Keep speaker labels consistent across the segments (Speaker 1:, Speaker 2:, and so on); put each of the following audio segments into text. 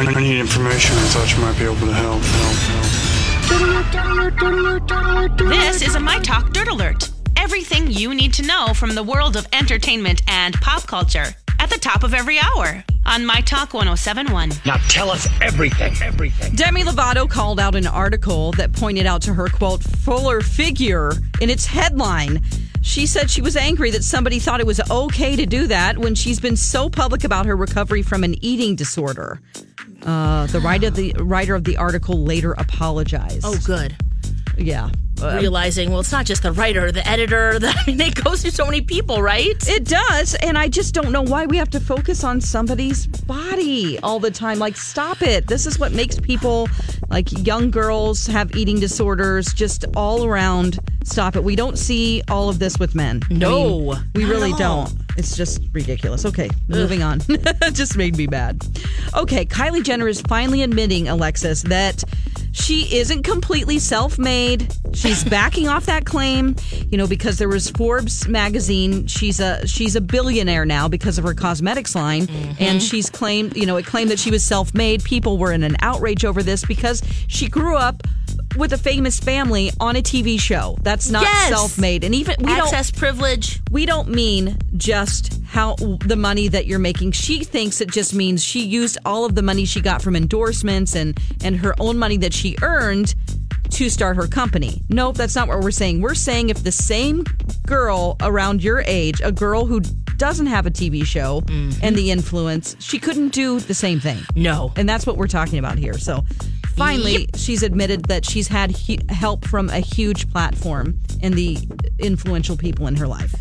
Speaker 1: I I need information. I thought you might be able to help. help,
Speaker 2: This is a My Talk Dirt Alert. Everything you need to know from the world of entertainment and pop culture at the top of every hour on My Talk 1071.
Speaker 3: Now tell us everything, everything.
Speaker 4: Demi Lovato called out an article that pointed out to her, quote, fuller figure in its headline. She said she was angry that somebody thought it was okay to do that when she's been so public about her recovery from an eating disorder. Uh, the writer of the writer of the article later apologized.
Speaker 5: Oh, good.
Speaker 4: yeah, Uh,
Speaker 5: Realizing, well, it's not just the writer, the editor. The, I mean, it goes through so many people, right?
Speaker 4: it does, and I just don't know why we have to focus on somebody's body all the time. Like, stop it! This is what makes people, like young girls, have eating disorders. Just all around, stop it. We don't see all of this with men. I
Speaker 5: No,
Speaker 4: mean, we
Speaker 5: not
Speaker 4: really
Speaker 5: at all.
Speaker 4: don't. It's just ridiculous. Okay, moving on. just made me mad. Okay, Kylie Jenner is finally admitting, Alexis, that she isn't completely self made. She's backing off that claim, you know, because there was Forbes magazine. She's a she's a billionaire now because of her cosmetics line.
Speaker 5: Mm-hmm.
Speaker 4: And she's claimed, you know, it claimed that she was self made. People were in an outrage over this because she grew up with a famous family on a TV show. That's not
Speaker 5: Yes!
Speaker 4: self made. And even we don't
Speaker 5: access privilege.
Speaker 4: we don't mean just how the money that you're making. She thinks it just means she used all of the money she got from endorsements and and her own money that she earned to start her company. Nope, that's not what we're saying. We're saying if the same girl around your age, a girl who doesn't have a TV show and the influence, she couldn't do the same thing.
Speaker 5: No.
Speaker 4: And that's what we're talking about here. So finally, she's admitted that she's had hu- help from a huge platform and the influential people in her life.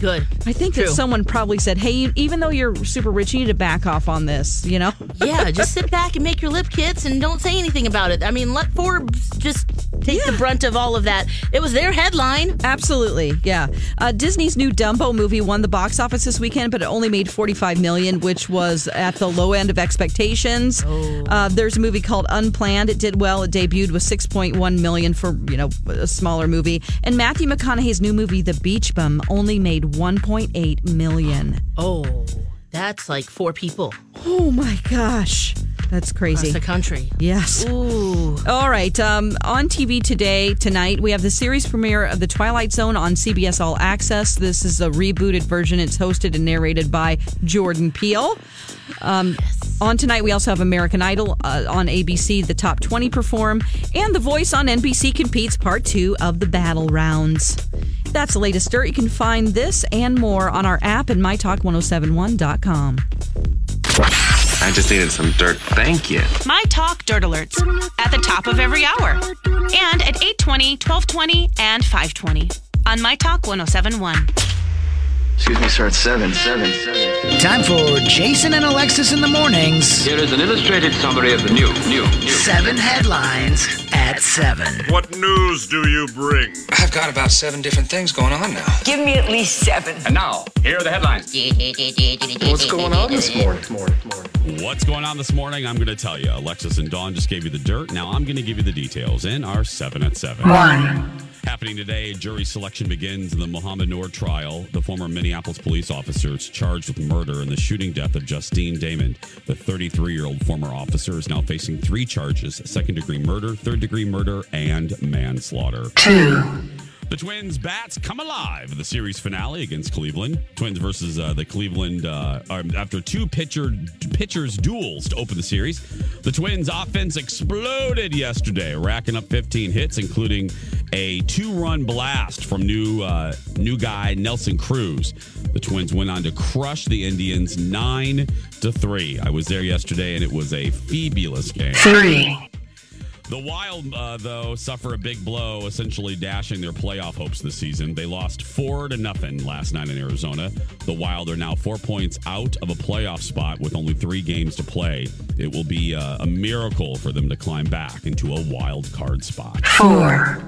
Speaker 5: Good.
Speaker 4: I think that
Speaker 5: True.
Speaker 4: someone probably said, "Hey, you- even though you're super rich, you need to back off on this." You know,
Speaker 5: yeah, just sit back and make your lip kits and don't say anything about it. I mean, let Forbes just take the brunt of all of that. It was their headline.
Speaker 4: absolutely, yeah. Uh, Disney's new Dumbo movie won the box office this weekend, but it only made 45 million, which was at the low end of expectations. Uh, there's a movie called Unplanned. It did well. It debuted with 6.1 million for you know a smaller movie. And Matthew McConaughey's new movie, The Beach Bum, only made 1.8 million.
Speaker 5: Oh, that's like four people
Speaker 4: Oh my gosh, that's
Speaker 5: across
Speaker 4: crazy.
Speaker 5: the country.
Speaker 4: Yes.
Speaker 5: Ooh,
Speaker 4: All right. Um, on TV today, tonight, we have the series premiere of The Twilight Zone on CBS All Access. This is a rebooted version. It's hosted and narrated by Jordan Peele. Um, On tonight, we also have American Idol uh, on ABC, the top 20 perform, and The Voice on NBC competes part two of the battle rounds. That's the latest dirt. You can find this and more on our app and mytalk1071.com.
Speaker 6: I just needed some dirt. Thank you.
Speaker 2: My Talk Dirt Alerts at the top of every hour and at 820, 1220, and 520 on My Talk 1071.
Speaker 3: Excuse me, sir. It's seven, seven, seven.
Speaker 7: Time for Jason and Alexis in the mornings.
Speaker 6: Here is an illustrated summary of the new, new, new.
Speaker 7: Seven headlines at seven.
Speaker 1: What news do you bring?
Speaker 3: I've got about seven different things going on now.
Speaker 7: Give me at least seven.
Speaker 6: And now, here are the headlines.
Speaker 3: What's going on this morning? morning, morning.
Speaker 6: What's going on this morning? I'm going to tell you. Alexis and Dawn just gave you the dirt. Now I'm going to give you the details in our 7 at 7. Happening today, jury selection begins in the Mohammed Noor trial. The former Minneapolis police officer is charged with murder in the shooting death of Justine Damon. The 33 year old former officer is now facing three charges second degree murder, third degree murder, and manslaughter. The Twins bats come alive. The series finale against Cleveland Twins versus uh, the Cleveland. Uh, are- after two pitcher pitchers duels to open the series, the Twins offense exploded yesterday, racking up 15 hits, including a two-run blast from new uh, new guy Nelson Cruz. The Twins went on to crush the Indians nine to three. I was there yesterday, and it was a fabulous game.
Speaker 7: Three.
Speaker 6: The Wild, uh, though, suffer a big blow, essentially dashing their playoff hopes this season. They lost four to nothing last night in Arizona. The Wild are now four points out of a playoff spot with only three games to play. It will be uh, a miracle for them to climb back into a wild card spot.
Speaker 7: Four.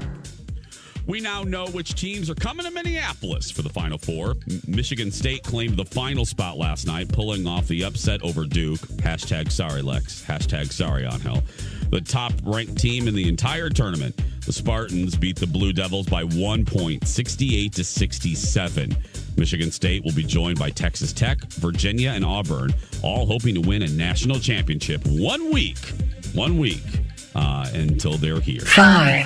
Speaker 6: We now know which teams are coming to Minneapolis for the Final Four. M- Michigan State claimed the final spot last night, pulling off the upset over Duke. Hashtag sorry, Lex. Hashtag sorry, Angel. The top ranked team in the entire tournament, the Spartans beat the Blue Devils by one point, 68 to 67. Michigan State will be joined by Texas Tech, Virginia, and Auburn, all hoping to win a national championship one week, one week uh, until they're here.
Speaker 7: Five.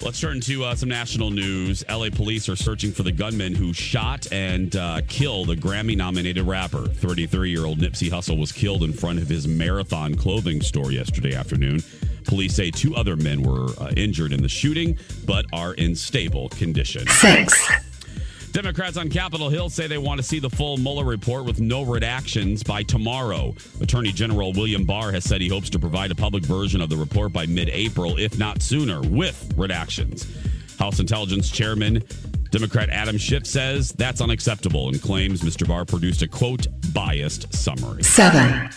Speaker 6: Let's turn to uh, some national news. LA police are searching for the gunman who shot and uh, killed a Grammy nominated rapper. 33 year old Nipsey Hussle was killed in front of his marathon clothing store yesterday afternoon. Police say two other men were uh, injured in the shooting, but are in stable condition.
Speaker 7: Six.
Speaker 6: Democrats on Capitol Hill say they want to see the full Mueller report with no redactions by tomorrow. Attorney General William Barr has said he hopes to provide a public version of the report by mid April, if not sooner, with redactions. House Intelligence Chairman Democrat Adam Schiff says that's unacceptable and claims Mr. Barr produced a quote biased summary.
Speaker 7: Seven.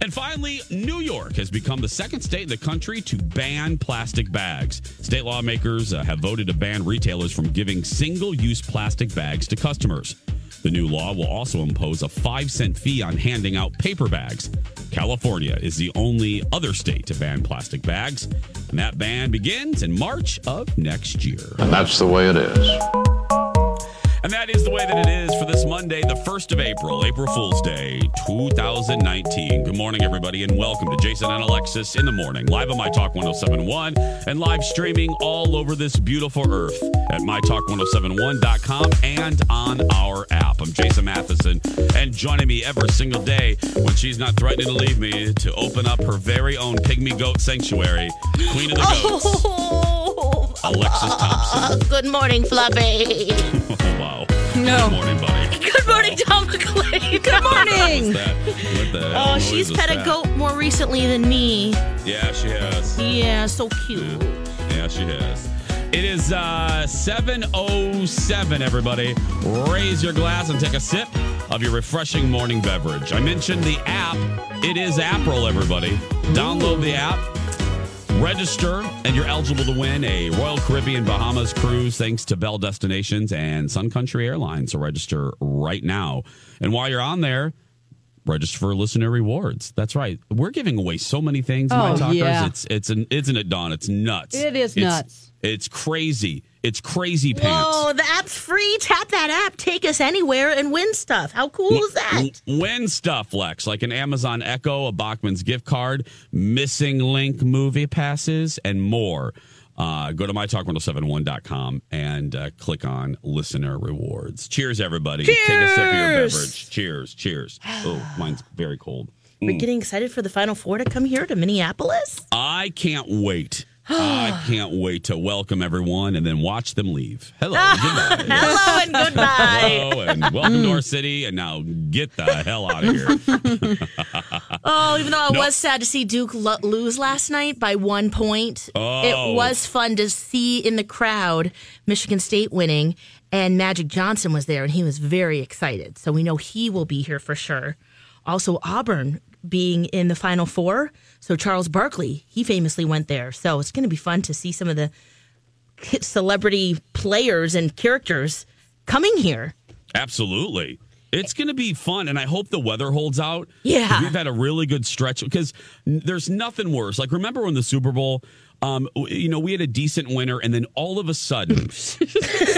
Speaker 6: And finally, New York has become the second state in the country to ban plastic bags. State lawmakers uh, have voted to ban retailers from giving single use plastic bags to customers. The new law will also impose a five cent fee on handing out paper bags. California is the only other state to ban plastic bags, and that ban begins in March of next year.
Speaker 8: And that's the way it is.
Speaker 6: And that is the way that it is for this Monday, the 1st of April, April Fool's Day, 2019. Good morning, everybody, and welcome to Jason and Alexis in the morning, live on My Talk 1071 and live streaming all over this beautiful earth at MyTalk1071.com and on our app. I'm Jason Matheson, and joining me every single day when she's not threatening to leave me to open up her very own pygmy goat sanctuary, Queen of the Goats,
Speaker 5: Oh,
Speaker 6: Alexis Thompson.
Speaker 5: good morning, Fluffy.
Speaker 6: Oh, wow. No. Good morning, buddy.
Speaker 5: Good morning, Tom McClain. Good
Speaker 6: What's that? What the hell
Speaker 5: Oh,
Speaker 6: noise
Speaker 5: she's
Speaker 6: was
Speaker 5: pet a
Speaker 6: that?
Speaker 5: goat more recently than me.
Speaker 6: Yeah, she has.
Speaker 5: Yeah, so cute.
Speaker 6: Yeah, she has. It is uh 707 everybody. Raise your glass and take a sip of your refreshing morning beverage. I mentioned the app. It is April everybody. Download the app. Register and you're eligible to win a Royal Caribbean Bahamas cruise thanks to Bell Destinations and Sun Country Airlines. So register right now. And while you're on there, register for listener rewards. That's right. We're giving away so many things, my
Speaker 4: Oh,
Speaker 6: talkers.
Speaker 4: yeah.
Speaker 6: It's it's an isn't it, Dawn? It's nuts.
Speaker 4: It is
Speaker 6: It's-
Speaker 4: nuts.
Speaker 6: It's crazy. It's crazy pants.
Speaker 5: Whoa, the app's free. Tap that app, take us anywhere, and win stuff. How cool is that?
Speaker 6: W- Win stuff, Lex, like an Amazon Echo, a Bachman's gift card, missing link movie passes, and more. Uh, go to mytalk1071.com and uh, click on listener rewards. Cheers, everybody. Take a sip of your
Speaker 5: Cheers.
Speaker 6: beverage. Cheers. Cheers. Oh, mine's very cold.
Speaker 5: We're
Speaker 6: Mm.
Speaker 5: getting excited for the Final Four to come here to Minneapolis.
Speaker 6: I can't wait. I can't wait to welcome everyone and then watch them leave. Hello. goodbye.
Speaker 5: Hello and goodbye. Mm.
Speaker 6: Hello and welcome to our city. And now get the hell out of here.
Speaker 5: Oh, even though I
Speaker 6: No.
Speaker 5: was sad to see Duke lo- lose last night by one point,
Speaker 6: Oh.
Speaker 5: it was fun to see in the crowd Michigan State winning, and Magic Johnson was there, and he was very excited. So we know he will be here for sure. Also, Auburn being in the Final Four. So Charles Barkley, he famously went there. So it's going to be fun to see some of the ki- celebrity players and characters coming here.
Speaker 6: Absolutely. It's going to be fun, and I hope the weather holds out.
Speaker 5: Yeah.
Speaker 6: 'Cause we've had a really good stretch because n- there's nothing worse. Like remember when the Super Bowl, um, w- you know, we had a decent winter, and then all of a sudden,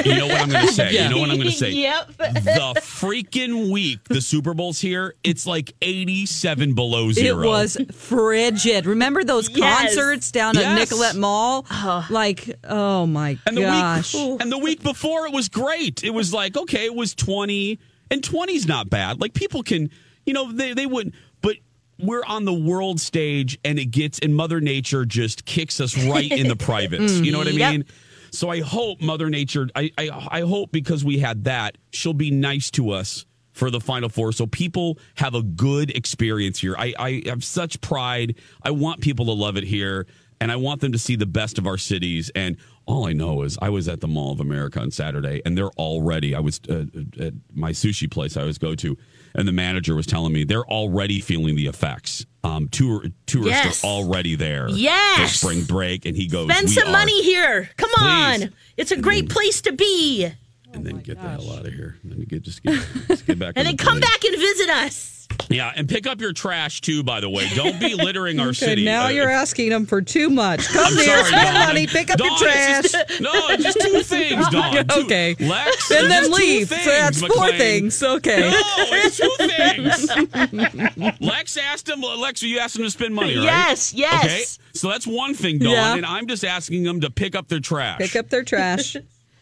Speaker 6: you know what I'm going to say? You know what I'm going to say?
Speaker 5: yep.
Speaker 6: The freaking week the Super Bowl's here, it's like 87 below zero.
Speaker 4: It was frigid. Remember those
Speaker 6: Yes.
Speaker 4: concerts down at
Speaker 6: Yes.
Speaker 4: Nicollet Mall? Like, oh my
Speaker 6: And the
Speaker 4: gosh.
Speaker 6: week and the week before it was great. It was like, okay, it was 20 and 20's not bad. Like people can, you know, they they wouldn't but we're on the world stage and it gets and mother nature just kicks us right in the privates.
Speaker 8: Mm.
Speaker 6: You know what I
Speaker 8: Yep.
Speaker 6: mean? So I hope mother nature I, I I hope because we had that, she'll be nice to us for the final four so people have a good experience here. I I have such pride. I want people to love it here and I want them to see the best of our cities. And all I know is I was at the Mall of America on Saturday, and they're already. I was uh, at my sushi place I always go to, and the manager was telling me they're already feeling the effects. Um, tour, tourists
Speaker 5: Yes.
Speaker 6: are already there. for
Speaker 5: Yes.
Speaker 6: spring break, and he goes
Speaker 5: Spend
Speaker 6: "We
Speaker 5: some
Speaker 6: are-"
Speaker 5: money here. Come
Speaker 6: Please. Mm-hmm.
Speaker 5: on. It's a great place to be.
Speaker 6: and then get the hell out of here. And then get just get, just get back.
Speaker 5: Oh And
Speaker 6: on
Speaker 5: then
Speaker 6: the
Speaker 5: come
Speaker 6: plane.
Speaker 5: back and visit us.
Speaker 6: Yeah, and pick up your trash too. By the way, don't be littering our city.
Speaker 4: now
Speaker 6: Uh,
Speaker 4: you're asking them for too much. Come
Speaker 6: I'm
Speaker 4: here,
Speaker 6: sorry,
Speaker 4: spend
Speaker 6: Dawn.
Speaker 4: money, pick up your
Speaker 6: Dawn, it's
Speaker 4: trash.
Speaker 6: just- no, it's just two things, Dawn. Two-
Speaker 4: okay.
Speaker 6: Lex,
Speaker 4: and then
Speaker 6: it's just two
Speaker 4: leave. so that's
Speaker 6: things,
Speaker 4: four
Speaker 6: McLean.
Speaker 4: things. Okay.
Speaker 6: No, it's two things. Lex asked him. Lex, you asked him to spend money, right?
Speaker 4: Yes, yes.
Speaker 6: Okay, so that's one thing, Dawn,
Speaker 4: Yeah.
Speaker 6: and I'm just asking them to pick up their trash.
Speaker 4: Pick up their trash.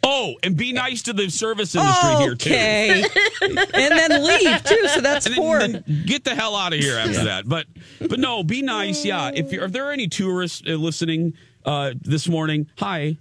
Speaker 6: Oh, and be nice to the service industry here too.
Speaker 4: Okay. and then leave too. So that's
Speaker 6: And then-
Speaker 4: four.
Speaker 6: then get the hell out of here after that. But but no, be nice. Yeah.
Speaker 5: Mm.
Speaker 6: If you're if there are any tourists uh, listening uh, this morning, hi,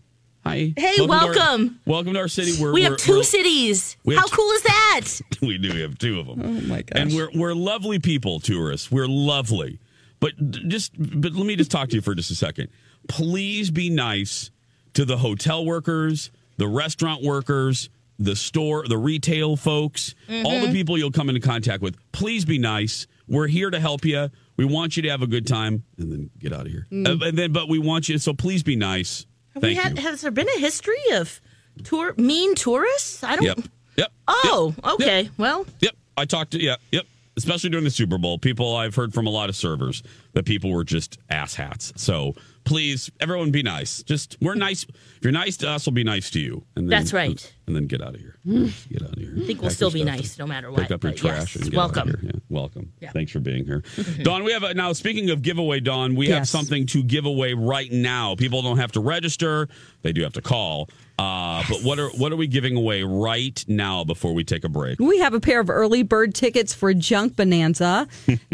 Speaker 6: hi.
Speaker 5: Hey,
Speaker 6: to our-
Speaker 5: welcome.
Speaker 6: welcome to our city. We're,
Speaker 5: we
Speaker 6: we're-
Speaker 5: have 2
Speaker 6: we're-
Speaker 5: cities.
Speaker 6: we have
Speaker 5: How
Speaker 6: two-
Speaker 5: cool is that?
Speaker 6: we do have two of them. Oh my gosh! And we're we're lovely people, tourists. We're lovely, but d- just but let me just talk to you for just a second. Please be nice to the hotel workers, the restaurant workers, the store, the retail folks, all the
Speaker 5: Mm-hmm.
Speaker 8: Mhm.
Speaker 6: people you'll come into contact with. Please be nice. We're here to help you. We want you to have a good time, and then get out of here.
Speaker 5: Mm.
Speaker 6: Uh, and then, but we want you. So please be nice.
Speaker 5: Have we had,
Speaker 6: Thank you.
Speaker 5: Has there been a history of tour mean tourists? I don't.
Speaker 6: Yep. Yep.
Speaker 5: Oh, okay. Well,
Speaker 6: Yep. I talked to, yeah, yep. Especially during the Super Bowl, people I've heard from a lot of servers that people were just asshats. So please, everyone be nice. Just, we're nice. If you're nice to us, we'll be nice to you. And
Speaker 5: That's right. Hmm.
Speaker 6: And then get out of here. Get out of here.
Speaker 5: I think we'll
Speaker 6: Pack
Speaker 5: still be
Speaker 6: your stuff.
Speaker 5: nice no matter what.
Speaker 6: Pick up your
Speaker 5: but
Speaker 6: trash
Speaker 5: yes,
Speaker 6: and get out of
Speaker 5: welcome.
Speaker 6: here. Yeah, welcome.
Speaker 5: Yeah. Mm-hmm.
Speaker 6: Thanks for being here. Don, we have a, now speaking of giveaway, Don, we have something to give away right now. People don't have to register, they do have to call. Uh, but what are what are we giving away right now before we take a break?
Speaker 4: We have a pair of early bird tickets for Junk Bonanza,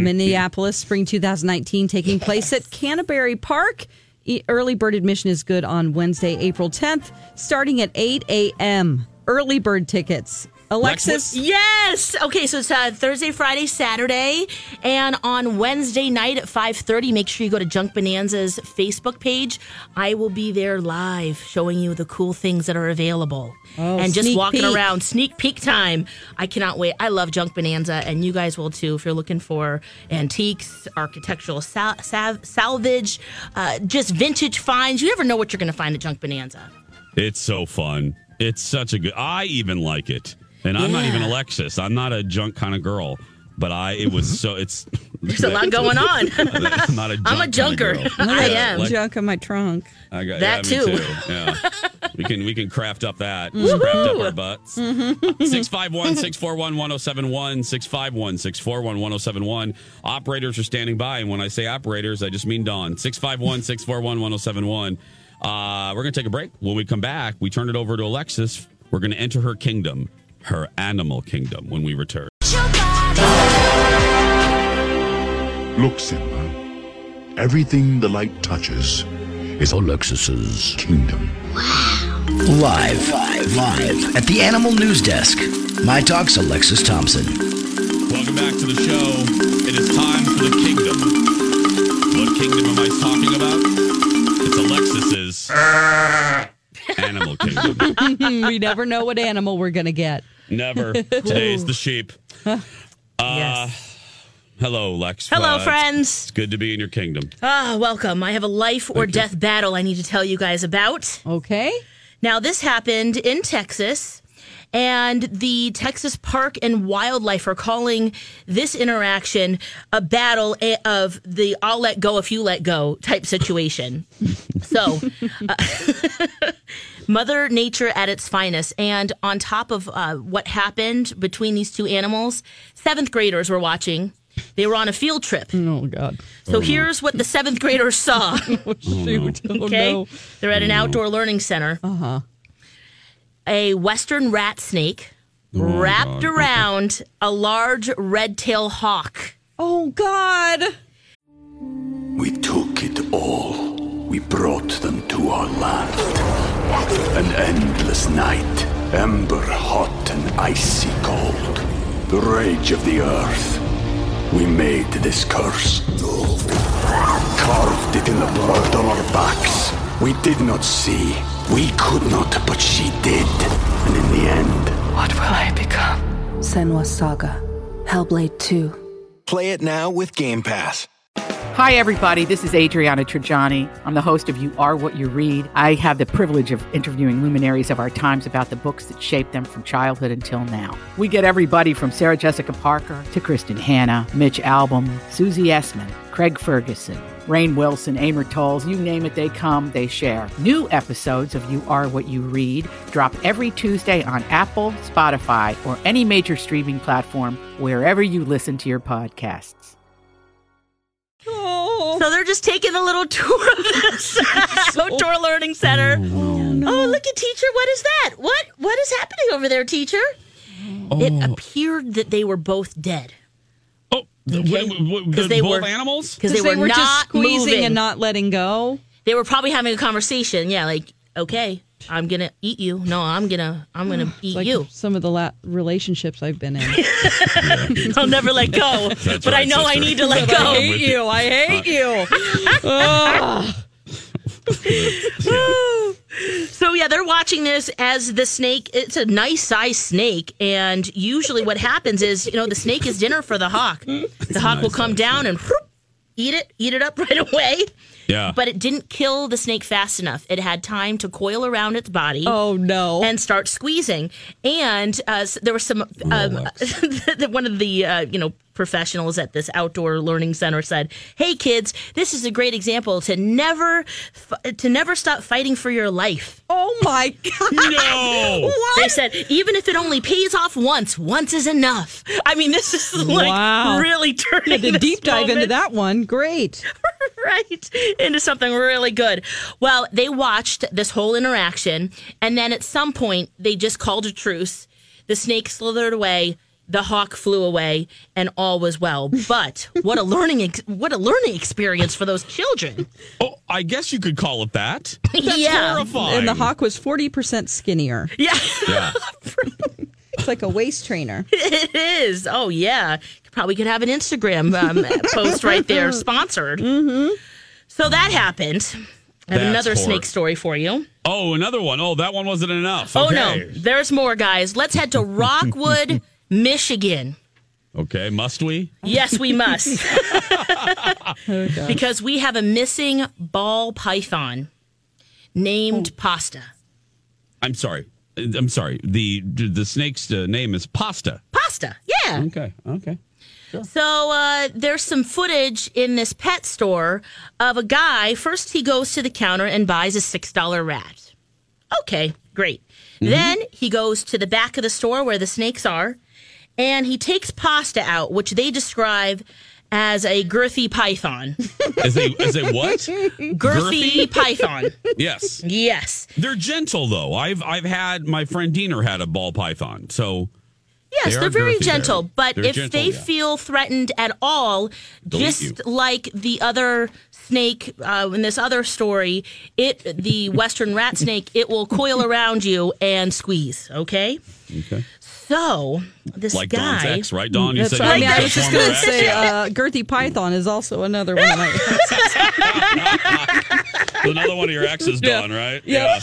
Speaker 4: Minneapolis, spring 2019, taking place at Canterbury Park. E- Early bird admission is good on Wednesday, April 10th, starting at 8 a.m. Early bird tickets. Alexis,
Speaker 5: Yes. Okay, so it's uh, Thursday, Friday, Saturday, and on Wednesday night at 5:30, make sure you go to Junk Bonanza's Facebook page. I will be there live showing you the cool things that are available.
Speaker 4: Oh,
Speaker 5: and just
Speaker 4: sneak
Speaker 5: walking
Speaker 4: peek.
Speaker 5: around, sneak peek time. I cannot wait. I love Junk Bonanza, and you guys will too if you're looking for antiques, architectural sal- sav- salvage, uh, just vintage finds. You never know what you're going to find at Junk Bonanza.
Speaker 6: It's so fun. It's such a good. I even like it, and I'm not
Speaker 5: Yeah.
Speaker 6: even Alexis. I'm not a junk kind of girl, but I. It was so. It's
Speaker 5: Mm-hmm. There's a lot going on.
Speaker 6: I'm not a. Junk
Speaker 5: I'm a junker.
Speaker 6: Kinda girl.
Speaker 5: I
Speaker 6: Yeah,
Speaker 5: am.
Speaker 6: like-
Speaker 4: junk in my trunk.
Speaker 6: I got
Speaker 5: That
Speaker 6: yeah, me
Speaker 5: too.
Speaker 6: Yeah, we can we can craft up that. Just Craft up
Speaker 5: Woohoo! Mm-hmm.
Speaker 6: our butts. 651 641 1071, 651 641 1071. Operators are standing by. And when I say operators, I just mean Dawn. 651 641 1071. Uh, We're going to take a break. When we come back, we turn it over to Alexis. We're going to enter her kingdom, her animal kingdom, when we return.
Speaker 9: Look, Simba. Everything the light touches is Alexis's kingdom.
Speaker 7: Live, live, live at the Animal News Desk. My talk's Alexis Thompson.
Speaker 6: Welcome back to the show. It is time for the kingdom. What kingdom am I talking about? It's Alexis's animal kingdom.
Speaker 4: we never know what animal we're going to get.
Speaker 6: Never. Today's the sheep. Uh, Hello, Lex.
Speaker 5: Hello,
Speaker 6: it's-
Speaker 5: friends.
Speaker 6: It's good to be in your kingdom.
Speaker 5: Ah, welcome. I have a life or death battle I need to tell you guys about.
Speaker 4: Okay.
Speaker 5: Now, this happened in Texas, And the Texas Park and Wildlife are calling this interaction a battle a- of the I'll let go if you let go type situation. so, uh, Mother Nature at its finest. And on top of uh, what happened between these two animals, seventh graders were watching. They were on a field trip.
Speaker 4: Oh, God.
Speaker 5: So
Speaker 4: Oh, no.
Speaker 5: here's what the seventh graders saw.
Speaker 4: shoot. Oh,
Speaker 5: okay.
Speaker 4: no. Uh-huh.
Speaker 5: They're at an
Speaker 4: Oh, no.
Speaker 5: outdoor learning center. Uh huh. A western rat snake wrapped
Speaker 4: God.
Speaker 5: around a large red tail hawk.
Speaker 4: Oh, God.
Speaker 10: We took it all. We brought them to our land. An endless night, ember hot and icy cold. The rage of the earth. We made this curse. Carved it in the blood on our backs. We did not see. We could not, but she did. And in the end,
Speaker 11: What will I become? Senwa Saga, Hellblade 2.
Speaker 12: Play it now with Game Pass.
Speaker 8: Hi, everybody. This is Adriana Trajani. I'm the host of You Are What You Read. I have the privilege of interviewing luminaries of our times about the books that shaped them from childhood until now. We get everybody from Sarah Jessica Parker to Kristen Hanna, Mitch Albom, Susie Essman, Craig Ferguson, Rain Wilson, Amor Tolls, you name it, they come, they share. New episodes of You Are What You Read drop every Tuesday on Apple, Spotify, or any major streaming platform wherever you listen to your podcasts.
Speaker 5: So they're just taking a little tour of this outdoor learning center. Oh, look at teacher. What is that? What what is happening over there, teacher? It appeared that they were both dead.
Speaker 6: Oh, Because
Speaker 5: they
Speaker 6: both
Speaker 5: were-
Speaker 6: animals?
Speaker 5: because they, were, not
Speaker 4: just squeezing
Speaker 5: moving.
Speaker 4: and not letting go.
Speaker 5: They were probably having a conversation. Yeah, like okay, I'm gonna eat you. No, I'm gonna I'm gonna
Speaker 4: It's
Speaker 5: eat
Speaker 4: like
Speaker 5: you.
Speaker 4: Some of the la- relationships I've been in.
Speaker 5: I'll never let go,
Speaker 4: That's
Speaker 5: but I
Speaker 4: right,
Speaker 5: know I
Speaker 4: sister.
Speaker 5: need to let
Speaker 4: But I
Speaker 5: go.
Speaker 4: hate With you. you. I hate you.
Speaker 6: Uh,
Speaker 4: Ugh.
Speaker 5: so yeah, they're watching this as the snake. It's a nice sized snake, and usually what happens is you know the snake is dinner for the hawk. The hawk will come down and whoop, eat it, eat it up right away.
Speaker 6: Yeah.
Speaker 5: But it didn't kill the snake fast enough. It had time to coil around its body.
Speaker 4: Oh no!
Speaker 5: And start squeezing. And uh, s there was some um, one of the uh, you know professionals at this outdoor learning center said, "Hey kids, this is a great example to never f- to never stop fighting for your life."
Speaker 4: Oh my god!
Speaker 6: No.
Speaker 5: They said even if it only pays off once, once is enough. I mean, this is like
Speaker 4: wow.
Speaker 5: really turning
Speaker 4: Had to
Speaker 5: this
Speaker 4: deep dive into
Speaker 5: moment-
Speaker 4: that one. Great.
Speaker 5: right into something really good. Well, they watched this whole interaction, and then at some point, they just called a truce. The snake slithered away. The hawk flew away, and all was well. But what a learning! Ex- what a learning experience for those children.
Speaker 6: Oh, I guess you could call it that.
Speaker 5: That's Yeah. horrifying.
Speaker 4: And the hawk was forty percent skinnier.
Speaker 5: Yeah.
Speaker 6: Yeah.
Speaker 4: It's like a waist trainer.
Speaker 5: It is. Oh yeah, probably could have an Instagram um, post right there, sponsored. Mm-hmm. So that happened. I have
Speaker 6: That's
Speaker 5: another
Speaker 6: horrid.
Speaker 5: snake story for you.
Speaker 6: Oh, another one. Oh, that one wasn't enough.
Speaker 5: Oh
Speaker 6: Okay.
Speaker 5: no, there's more guys. Let's head to Rockwood, Michigan.
Speaker 6: Okay, must we?
Speaker 5: Yes, we must. because we have a missing ball python named Pasta.
Speaker 6: I'm sorry. I'm sorry. The the snake's uh, name is Pasta.
Speaker 5: Pasta. Yeah.
Speaker 6: Okay. Okay.
Speaker 5: So uh, there's some footage in this pet store of a guy. First, he goes to the counter and buys a $6 rat. Okay, great. Then he goes to the back of the store where the snakes are and he takes pasta out, which they describe as a girthy python.
Speaker 6: As a as a what?
Speaker 5: Girthy, python.
Speaker 6: Yes.
Speaker 5: Yes.
Speaker 6: They're gentle though. I've I've had my friend Diener had a ball python. So
Speaker 5: Yes,
Speaker 6: They
Speaker 5: they
Speaker 6: are
Speaker 5: are very
Speaker 6: girthy,
Speaker 5: gentle,
Speaker 6: they're-
Speaker 5: but
Speaker 6: they're
Speaker 5: if
Speaker 6: gentle,
Speaker 5: they
Speaker 6: yeah.
Speaker 5: feel threatened at all,
Speaker 6: They'll eat you.
Speaker 5: just like the other snake uh, in this other story, it the western rat snake, it will coil around you and squeeze. Okay,
Speaker 6: okay.
Speaker 5: so this
Speaker 6: like Don's
Speaker 5: guy, Mm,
Speaker 6: ex, right? Don, you
Speaker 4: That's
Speaker 6: said
Speaker 4: right.
Speaker 6: you
Speaker 4: Yeah,
Speaker 6: had
Speaker 4: I
Speaker 6: a
Speaker 4: was just
Speaker 6: former
Speaker 4: going to
Speaker 6: ex?
Speaker 4: say, uh, Girthy Python is also another one. Of my-
Speaker 6: another one of your exes, Don, right?
Speaker 4: Yeah.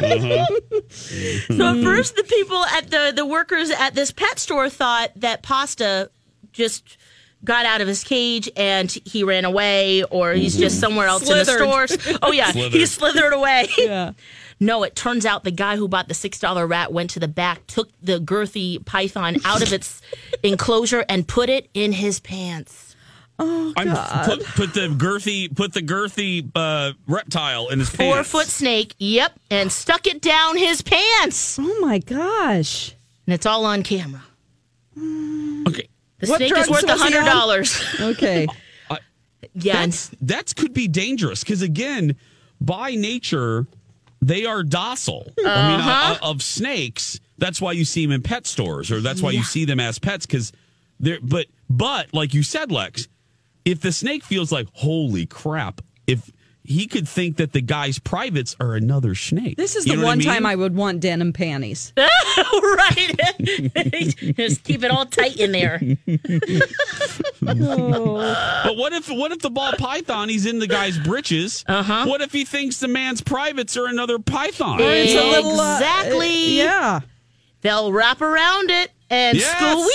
Speaker 6: Yeah. Uh-huh.
Speaker 5: So
Speaker 6: Mm-hmm.
Speaker 5: at first, the people at the the workers at this pet store thought that Pasta just got out of his cage and he ran
Speaker 6: Mm-hmm.
Speaker 5: away, or he's just somewhere else in
Speaker 4: Slithered.
Speaker 5: the stores. Oh yeah, he
Speaker 4: Slithered.
Speaker 5: slithered away.
Speaker 4: Yeah.
Speaker 5: No, it turns out the guy who bought the $6 rat went to the back, took the girthy python out of its enclosure, and put it in his pants.
Speaker 4: Oh,
Speaker 6: I'm, put, put the girthy, put the girthy uh, reptile in his
Speaker 5: Four
Speaker 6: pants.
Speaker 5: foot snake, yep, and stuck it down his pants.
Speaker 4: Oh my gosh.
Speaker 5: And it's all on camera.
Speaker 6: Okay.
Speaker 5: The snake is worth a hundred dollars.
Speaker 4: Okay.
Speaker 5: Yeah,
Speaker 6: that's, that's could be dangerous because again, by nature, they are docile. I mean,
Speaker 5: Uh-huh.
Speaker 6: o- o- of snakes, that's why you see them in pet stores, or that's why you see them as pets because they're. But but like you said, Lex, if the snake feels like holy crap, if he could think that the guy's privates are another snake.
Speaker 4: This is
Speaker 6: You
Speaker 4: the
Speaker 6: know what
Speaker 4: one time
Speaker 6: mean?
Speaker 4: I would want denim panties.
Speaker 5: right. Just keep it all tight in there.
Speaker 6: But what if what if the ball python he's in the guy's britches? Uh-huh. What if he thinks the man's privates are another python? uh,
Speaker 5: exactly.
Speaker 4: yeah.
Speaker 5: They'll wrap around it and
Speaker 6: Yes.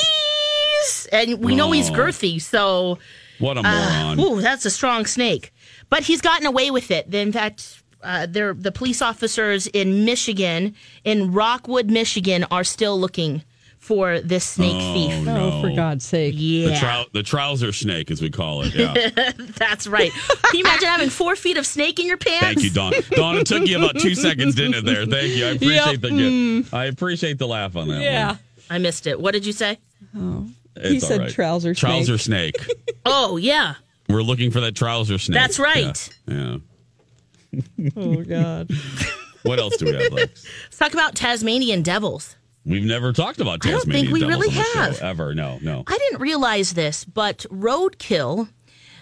Speaker 5: squeeze. And we know he's
Speaker 6: Oh.
Speaker 5: girthy, so
Speaker 6: What a
Speaker 5: uh,
Speaker 6: moron.
Speaker 5: ooh, that's a strong snake. But he's gotten away with it. In fact, uh, they're- the police officers in Michigan, in Rockwood, Michigan, are still looking for this snake thief.
Speaker 6: Oh, no. for
Speaker 4: Oh, God's sake.
Speaker 6: The,
Speaker 5: Yeah.
Speaker 6: trou- the trouser snake, as we call it. Yeah.
Speaker 5: That's right. Can you imagine having four feet of snake in your pants?
Speaker 6: Thank you, Dawn. Dawn, it took you about two seconds, didn't it? There. Thank you. I appreciate
Speaker 5: Yep.
Speaker 6: the
Speaker 5: Mm.
Speaker 6: I appreciate the laugh on that.
Speaker 5: Yeah.
Speaker 6: One.
Speaker 5: I missed it. What did you say?
Speaker 6: It's
Speaker 4: He
Speaker 6: all
Speaker 4: said
Speaker 6: right.
Speaker 4: trouser snake.
Speaker 6: Trouser snake.
Speaker 5: Oh, yeah.
Speaker 6: We're looking for that trouser snake.
Speaker 5: That's right.
Speaker 6: Yeah. yeah.
Speaker 4: Oh, God.
Speaker 6: What else do we have? Lex?
Speaker 5: Let's talk about Tasmanian devils.
Speaker 6: We've never talked about
Speaker 5: I don't
Speaker 6: Tasmanian
Speaker 5: think we
Speaker 6: devils
Speaker 5: really
Speaker 6: on the
Speaker 5: have.
Speaker 6: show ever. No, no.
Speaker 5: I didn't realize this, but roadkill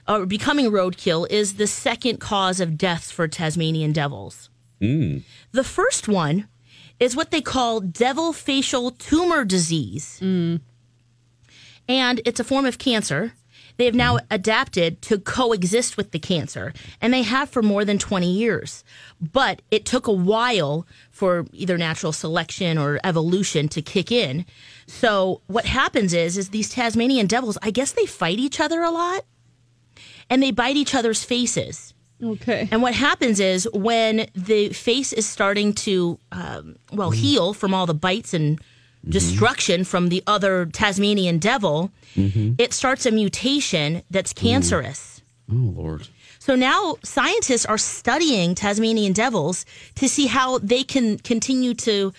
Speaker 5: or becoming roadkill is the second cause of deaths for Tasmanian devils.
Speaker 6: Mm.
Speaker 5: The first one is what they call devil facial tumor disease. And it's a form of cancer. They have now adapted to coexist with the cancer, and they have for more than 20 years. But it took a while for either natural selection or evolution to kick in. So what happens is is these Tasmanian devils, I guess they fight each other a lot and they bite each other's faces.
Speaker 4: Okay.
Speaker 5: And what happens is when the face is starting to, um, well, heal from all the bites and destruction from the other Tasmanian devil, it starts a mutation that's cancerous.
Speaker 6: Oh Lord.
Speaker 5: So now scientists are studying Tasmanian devils to see how they can continue to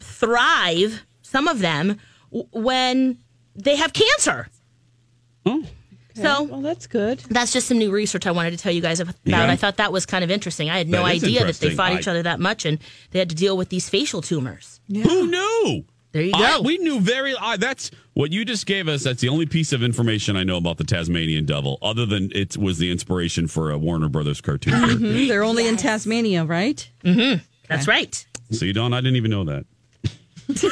Speaker 5: thrive, some of them, w- when they have cancer.
Speaker 4: Oh.
Speaker 5: So
Speaker 4: well, that's good.
Speaker 5: That's just some new research I wanted to tell you guys about.
Speaker 4: Yeah.
Speaker 5: I thought that was kind of interesting. I had no
Speaker 4: That is
Speaker 5: idea that they
Speaker 6: interesting.
Speaker 5: fought
Speaker 6: I-
Speaker 5: each other that much and they had to deal with these facial tumors.
Speaker 6: Who knew?
Speaker 5: There you
Speaker 6: I-
Speaker 5: go.
Speaker 6: we knew very. I, that's what you just gave us. That's the only piece of information I know about the Tasmanian devil, other than it was the inspiration for a Warner Brothers cartoon.
Speaker 4: Mhm, They're only in Tasmania, right?
Speaker 5: Mm-hmm. That's right.
Speaker 6: See, Don, I didn't even know that.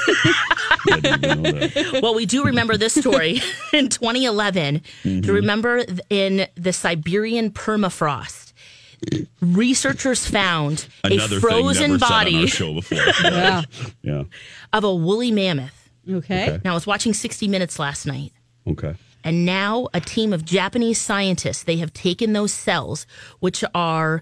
Speaker 5: well, we do remember this story in 2011.
Speaker 6: Mm-hmm.
Speaker 5: Do you remember th- in the Siberian permafrost? Researchers found
Speaker 6: Another
Speaker 5: a
Speaker 6: thing
Speaker 5: frozen
Speaker 6: never said on our
Speaker 5: body
Speaker 6: show before.
Speaker 5: Yeah.
Speaker 6: yeah.
Speaker 5: of a woolly mammoth.
Speaker 4: Okay.
Speaker 5: Now, I was watching 60 Minutes last night.
Speaker 6: Okay.
Speaker 5: And now a team of Japanese scientists, they have taken those cells, which are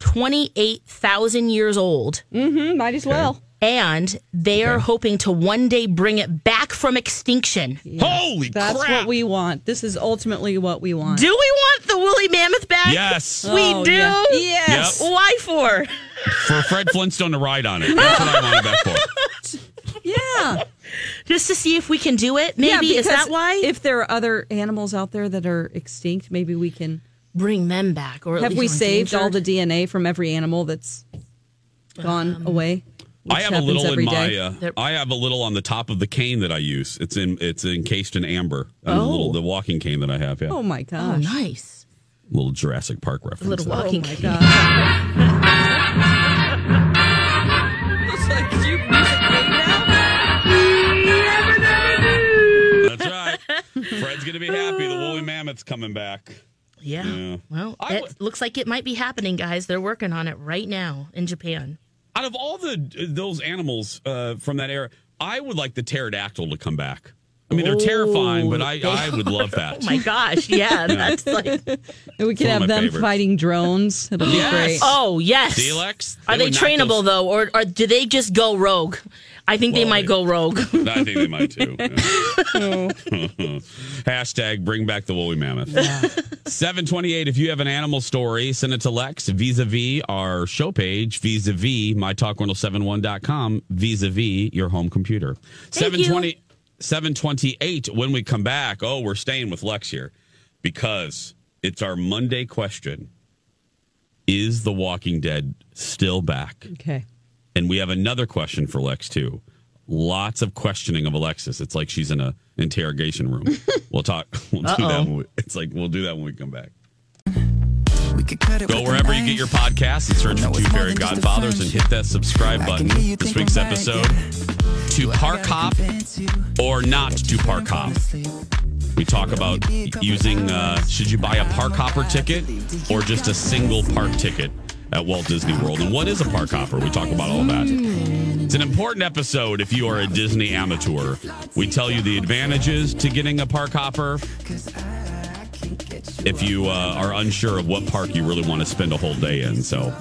Speaker 5: 28,000 years old.
Speaker 4: Mm-hmm, might as well.
Speaker 5: And they are hoping to one day bring it back from extinction.
Speaker 6: Holy
Speaker 4: That's what we want. This is ultimately what we want.
Speaker 5: Do we want the woolly mammoth back?
Speaker 6: Yes.
Speaker 5: We
Speaker 4: Oh,
Speaker 5: do?
Speaker 4: yeah. Yes.
Speaker 6: Yep.
Speaker 5: Why for?
Speaker 6: For Fred Flintstone to ride on it. That's what I wanted that for.
Speaker 4: Yeah.
Speaker 5: Just to see if we can do it. Maybe is that why?
Speaker 4: If there are other animals out there that are extinct, maybe we can
Speaker 5: bring them back. Or at
Speaker 4: have
Speaker 5: least
Speaker 4: we
Speaker 5: aren't
Speaker 4: saved all the
Speaker 5: injured.
Speaker 4: DNA from every animal that's gone away?
Speaker 6: I
Speaker 4: which
Speaker 6: have a
Speaker 4: happens
Speaker 6: little
Speaker 4: every
Speaker 6: in
Speaker 4: day?
Speaker 6: my. Uh, I have a little on the top of the cane that I use. It's in. It's encased in amber. On the
Speaker 4: Oh.
Speaker 6: little the walking cane that I have. Yeah.
Speaker 4: oh my
Speaker 5: Oh,
Speaker 4: gosh! Oh
Speaker 5: nice.
Speaker 6: Little Jurassic Park reference.
Speaker 5: A Oh little
Speaker 6: there.
Speaker 5: walking.
Speaker 4: my
Speaker 5: cane.
Speaker 4: It's like, do you music right now?
Speaker 6: That's right. Fred's gonna be happy. The
Speaker 5: Oh.
Speaker 6: woolly mammoth's coming back.
Speaker 5: Yeah.
Speaker 6: Yeah.
Speaker 5: Well,
Speaker 6: I
Speaker 5: it
Speaker 6: would-
Speaker 5: looks like it might be happening, guys. They're working on it right now in Japan.
Speaker 6: Out of all the those animals uh, from that era, I would like the pterodactyl to come back. I mean, they're terrifying, but I,
Speaker 5: they
Speaker 6: I would love that.
Speaker 5: Oh my gosh, yeah, that's like
Speaker 4: we could have
Speaker 6: One of my
Speaker 4: them
Speaker 6: favorites.
Speaker 4: fighting drones. It'll be great.
Speaker 5: Oh yes.
Speaker 6: Delex,
Speaker 5: Are they
Speaker 6: they would knock
Speaker 5: trainable
Speaker 6: those-
Speaker 5: though, or, or do they just go rogue? I think they
Speaker 6: Well,
Speaker 5: might
Speaker 6: they-
Speaker 5: go rogue.
Speaker 6: I think they might too. yeah. Hashtag bring back the woolly mammoth. 728. If you have an animal story, send it to Lex vis a vis our show page, vis a vis mytalk1071.com, vis a vis your home computer. 720, 728. When we come back, oh, we're staying with Lex here because it's our Monday question Is The Walking Dead still back?
Speaker 4: Okay.
Speaker 6: And we have another question for Lex too. Lots of questioning of Alexis. It's like she's in a interrogation room. We'll talk. We'll do
Speaker 13: Uh-oh.
Speaker 6: that. When we, it's like we'll do that when we come back.
Speaker 13: cut it
Speaker 6: Go
Speaker 13: with a
Speaker 6: wherever you get your podcasts and search for Two Fairy Godfathers and hit that subscribe button. This week's episode, to park hop or not to park hop. We talk about using uh, should you buy a park hopper ticket or just a single park ticket at Walt Disney World, and what is a park hopper? We talk about all that. It's an important episode if you are a Disney amateur. We tell you the advantages to getting a park hopper. If you uh, are unsure of what park you really want to spend a whole day in, so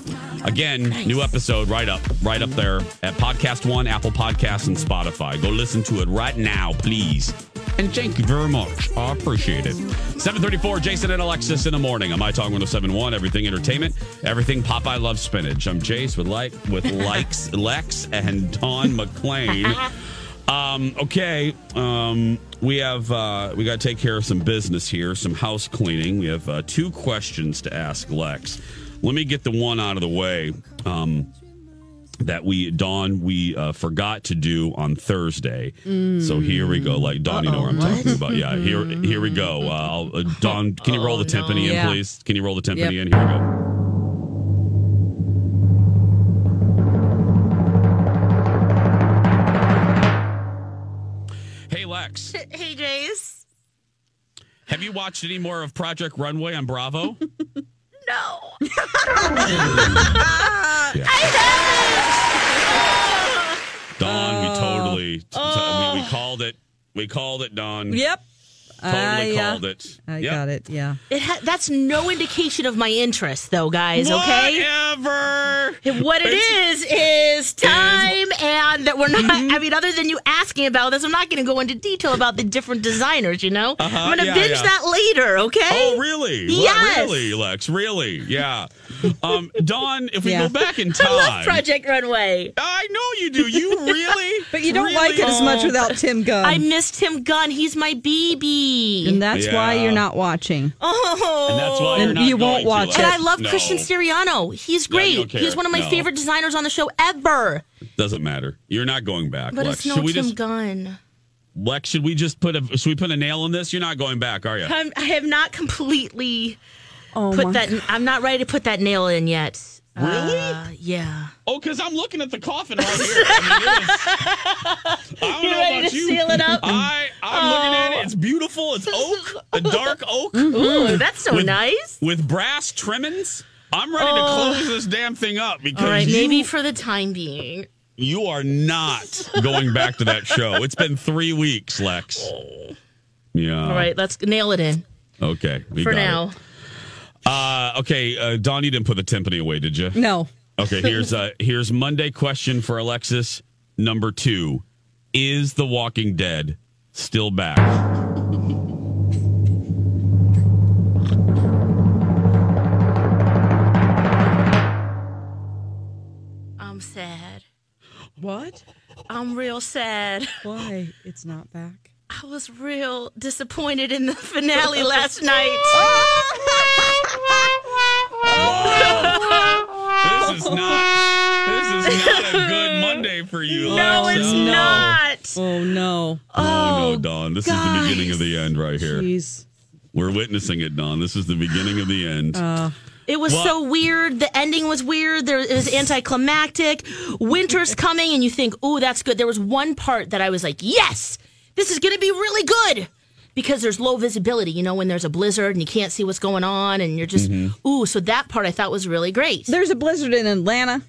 Speaker 6: again, new episode right up, right up there at Podcast One, Apple Podcasts, and Spotify. Go listen to it right now, please. And thank you very much. I appreciate it. 734, Jason and Alexis in the morning on My Talk 1071, Everything Entertainment, Everything Popeye Loves Spinach. I'm Jace with like with likes Lex and Don McLean. Um, okay. Um, we have uh, we got to take care of some business here, some house cleaning. We have uh, two questions to ask Lex. Let me get the one out of the way um, that we Dawn we uh, forgot to do on Thursday. So here we go. Like Dawn, you know what I'm talking about. Yeah. Here here we go. Uh, I'll- uh, Dawn, can you roll the timpani in,
Speaker 4: Oh, Yeah.
Speaker 6: please? Can you roll the timpani
Speaker 4: Yep.
Speaker 6: in? Here we go. Hey Lex,
Speaker 5: hey Jace.
Speaker 6: have you watched any more of Project Runway on Bravo?
Speaker 5: No.
Speaker 6: Don, we totally, t- t- we- we, called it. We called it, Don.
Speaker 4: Oh. Yep.
Speaker 6: Totally
Speaker 5: I, uh,
Speaker 6: called it.
Speaker 4: I
Speaker 6: Yep.
Speaker 4: got it. Yeah.
Speaker 5: It ha- that's no indication of my interest, though, guys. Okay.
Speaker 6: Whatever.
Speaker 5: What it is is time, and that we're not.
Speaker 6: Mm-hmm.
Speaker 5: I mean, other than you asking about this, I'm not going to go into detail about the different designers. You know,
Speaker 6: Uh-huh,
Speaker 5: I'm going to
Speaker 6: yeah,
Speaker 5: binge
Speaker 6: yeah.
Speaker 5: that later. Okay.
Speaker 6: Oh, really? Well,
Speaker 5: Yes.
Speaker 6: Really, Lex? Really? Yeah. Um, Don, if we
Speaker 5: Yeah.
Speaker 6: go back in time,
Speaker 5: I love Project Runway.
Speaker 6: I know you do. You really?
Speaker 4: But you don't like it as much without Tim Gunn.
Speaker 6: Um,
Speaker 5: I missed Tim Gunn. He's my BB.
Speaker 4: and that's why
Speaker 6: Yeah.
Speaker 4: you're not watching.
Speaker 5: Oh,
Speaker 6: And that's why
Speaker 4: And
Speaker 6: you're not
Speaker 4: you won't
Speaker 6: going to,
Speaker 4: watch
Speaker 6: Lex.
Speaker 4: it.
Speaker 5: And I love
Speaker 6: No.
Speaker 5: Christian Siriano. He's
Speaker 6: Yeah, you
Speaker 5: great.
Speaker 6: don't care.
Speaker 5: He's one of my
Speaker 6: No.
Speaker 5: favorite designers on the show ever.
Speaker 6: Doesn't matter. You're not going back,
Speaker 5: But
Speaker 6: Lex.
Speaker 5: it's no Tim
Speaker 6: should we just,
Speaker 5: Gunn.
Speaker 6: Lex? Should we just put a? Should we put a nail in this? You're not going back, are you?
Speaker 5: I'm, I have not completely
Speaker 4: Oh
Speaker 5: put
Speaker 4: my
Speaker 5: that. I'm not ready to put that nail in yet.
Speaker 6: Really?
Speaker 5: Uh, yeah.
Speaker 6: Oh, because I'm looking at the coffin right here. I mean, it is- I don't
Speaker 5: You
Speaker 6: know
Speaker 5: ready
Speaker 6: about
Speaker 5: to
Speaker 6: you.
Speaker 5: seal it up?
Speaker 6: I, I'm looking at it. It's beautiful. It's oak, a dark oak.
Speaker 5: Ooh, that's so
Speaker 6: With-
Speaker 5: nice.
Speaker 6: With brass trimmings. I'm ready
Speaker 5: Oh.
Speaker 6: to close this damn thing up because
Speaker 5: All right,
Speaker 6: you,
Speaker 5: maybe for the time being.
Speaker 6: you are not going back to that show. It's been three weeks, Lex. Yeah.
Speaker 5: All right, let's nail it in
Speaker 6: Okay. we
Speaker 5: for
Speaker 6: got it.
Speaker 5: now.
Speaker 6: Uh, okay, uh, Don, you didn't put the timpani away, did you?
Speaker 4: No.
Speaker 6: Okay, here's uh here's Monday question for Alexis number two. Is The Walking Dead still back?
Speaker 5: I'm sad.
Speaker 4: What?
Speaker 5: I'm real sad.
Speaker 4: Why it's not back?
Speaker 5: I was real disappointed in the finale last night.
Speaker 6: This is not this is not a good Monday for you.
Speaker 5: No,
Speaker 6: Lex.
Speaker 5: it's not.
Speaker 4: Oh no.
Speaker 6: Oh, no, Don. This is the beginning of the end right here.
Speaker 4: Jeez.
Speaker 6: We're witnessing it, Don. This is the beginning of the end.
Speaker 4: Uh,
Speaker 5: It was
Speaker 6: Well-
Speaker 5: so weird. The ending was weird. There it was anticlimactic. Winter's coming, and you think, "Ooh, that's good." There was one part that I was like, "Yes, this is going to be really good," because there's low visibility. You know, when there's a blizzard and you can't see what's going on, and you're just,
Speaker 4: Mm-hmm.
Speaker 5: "Ooh." So that part I thought was really great.
Speaker 4: There's a blizzard in Atlanta.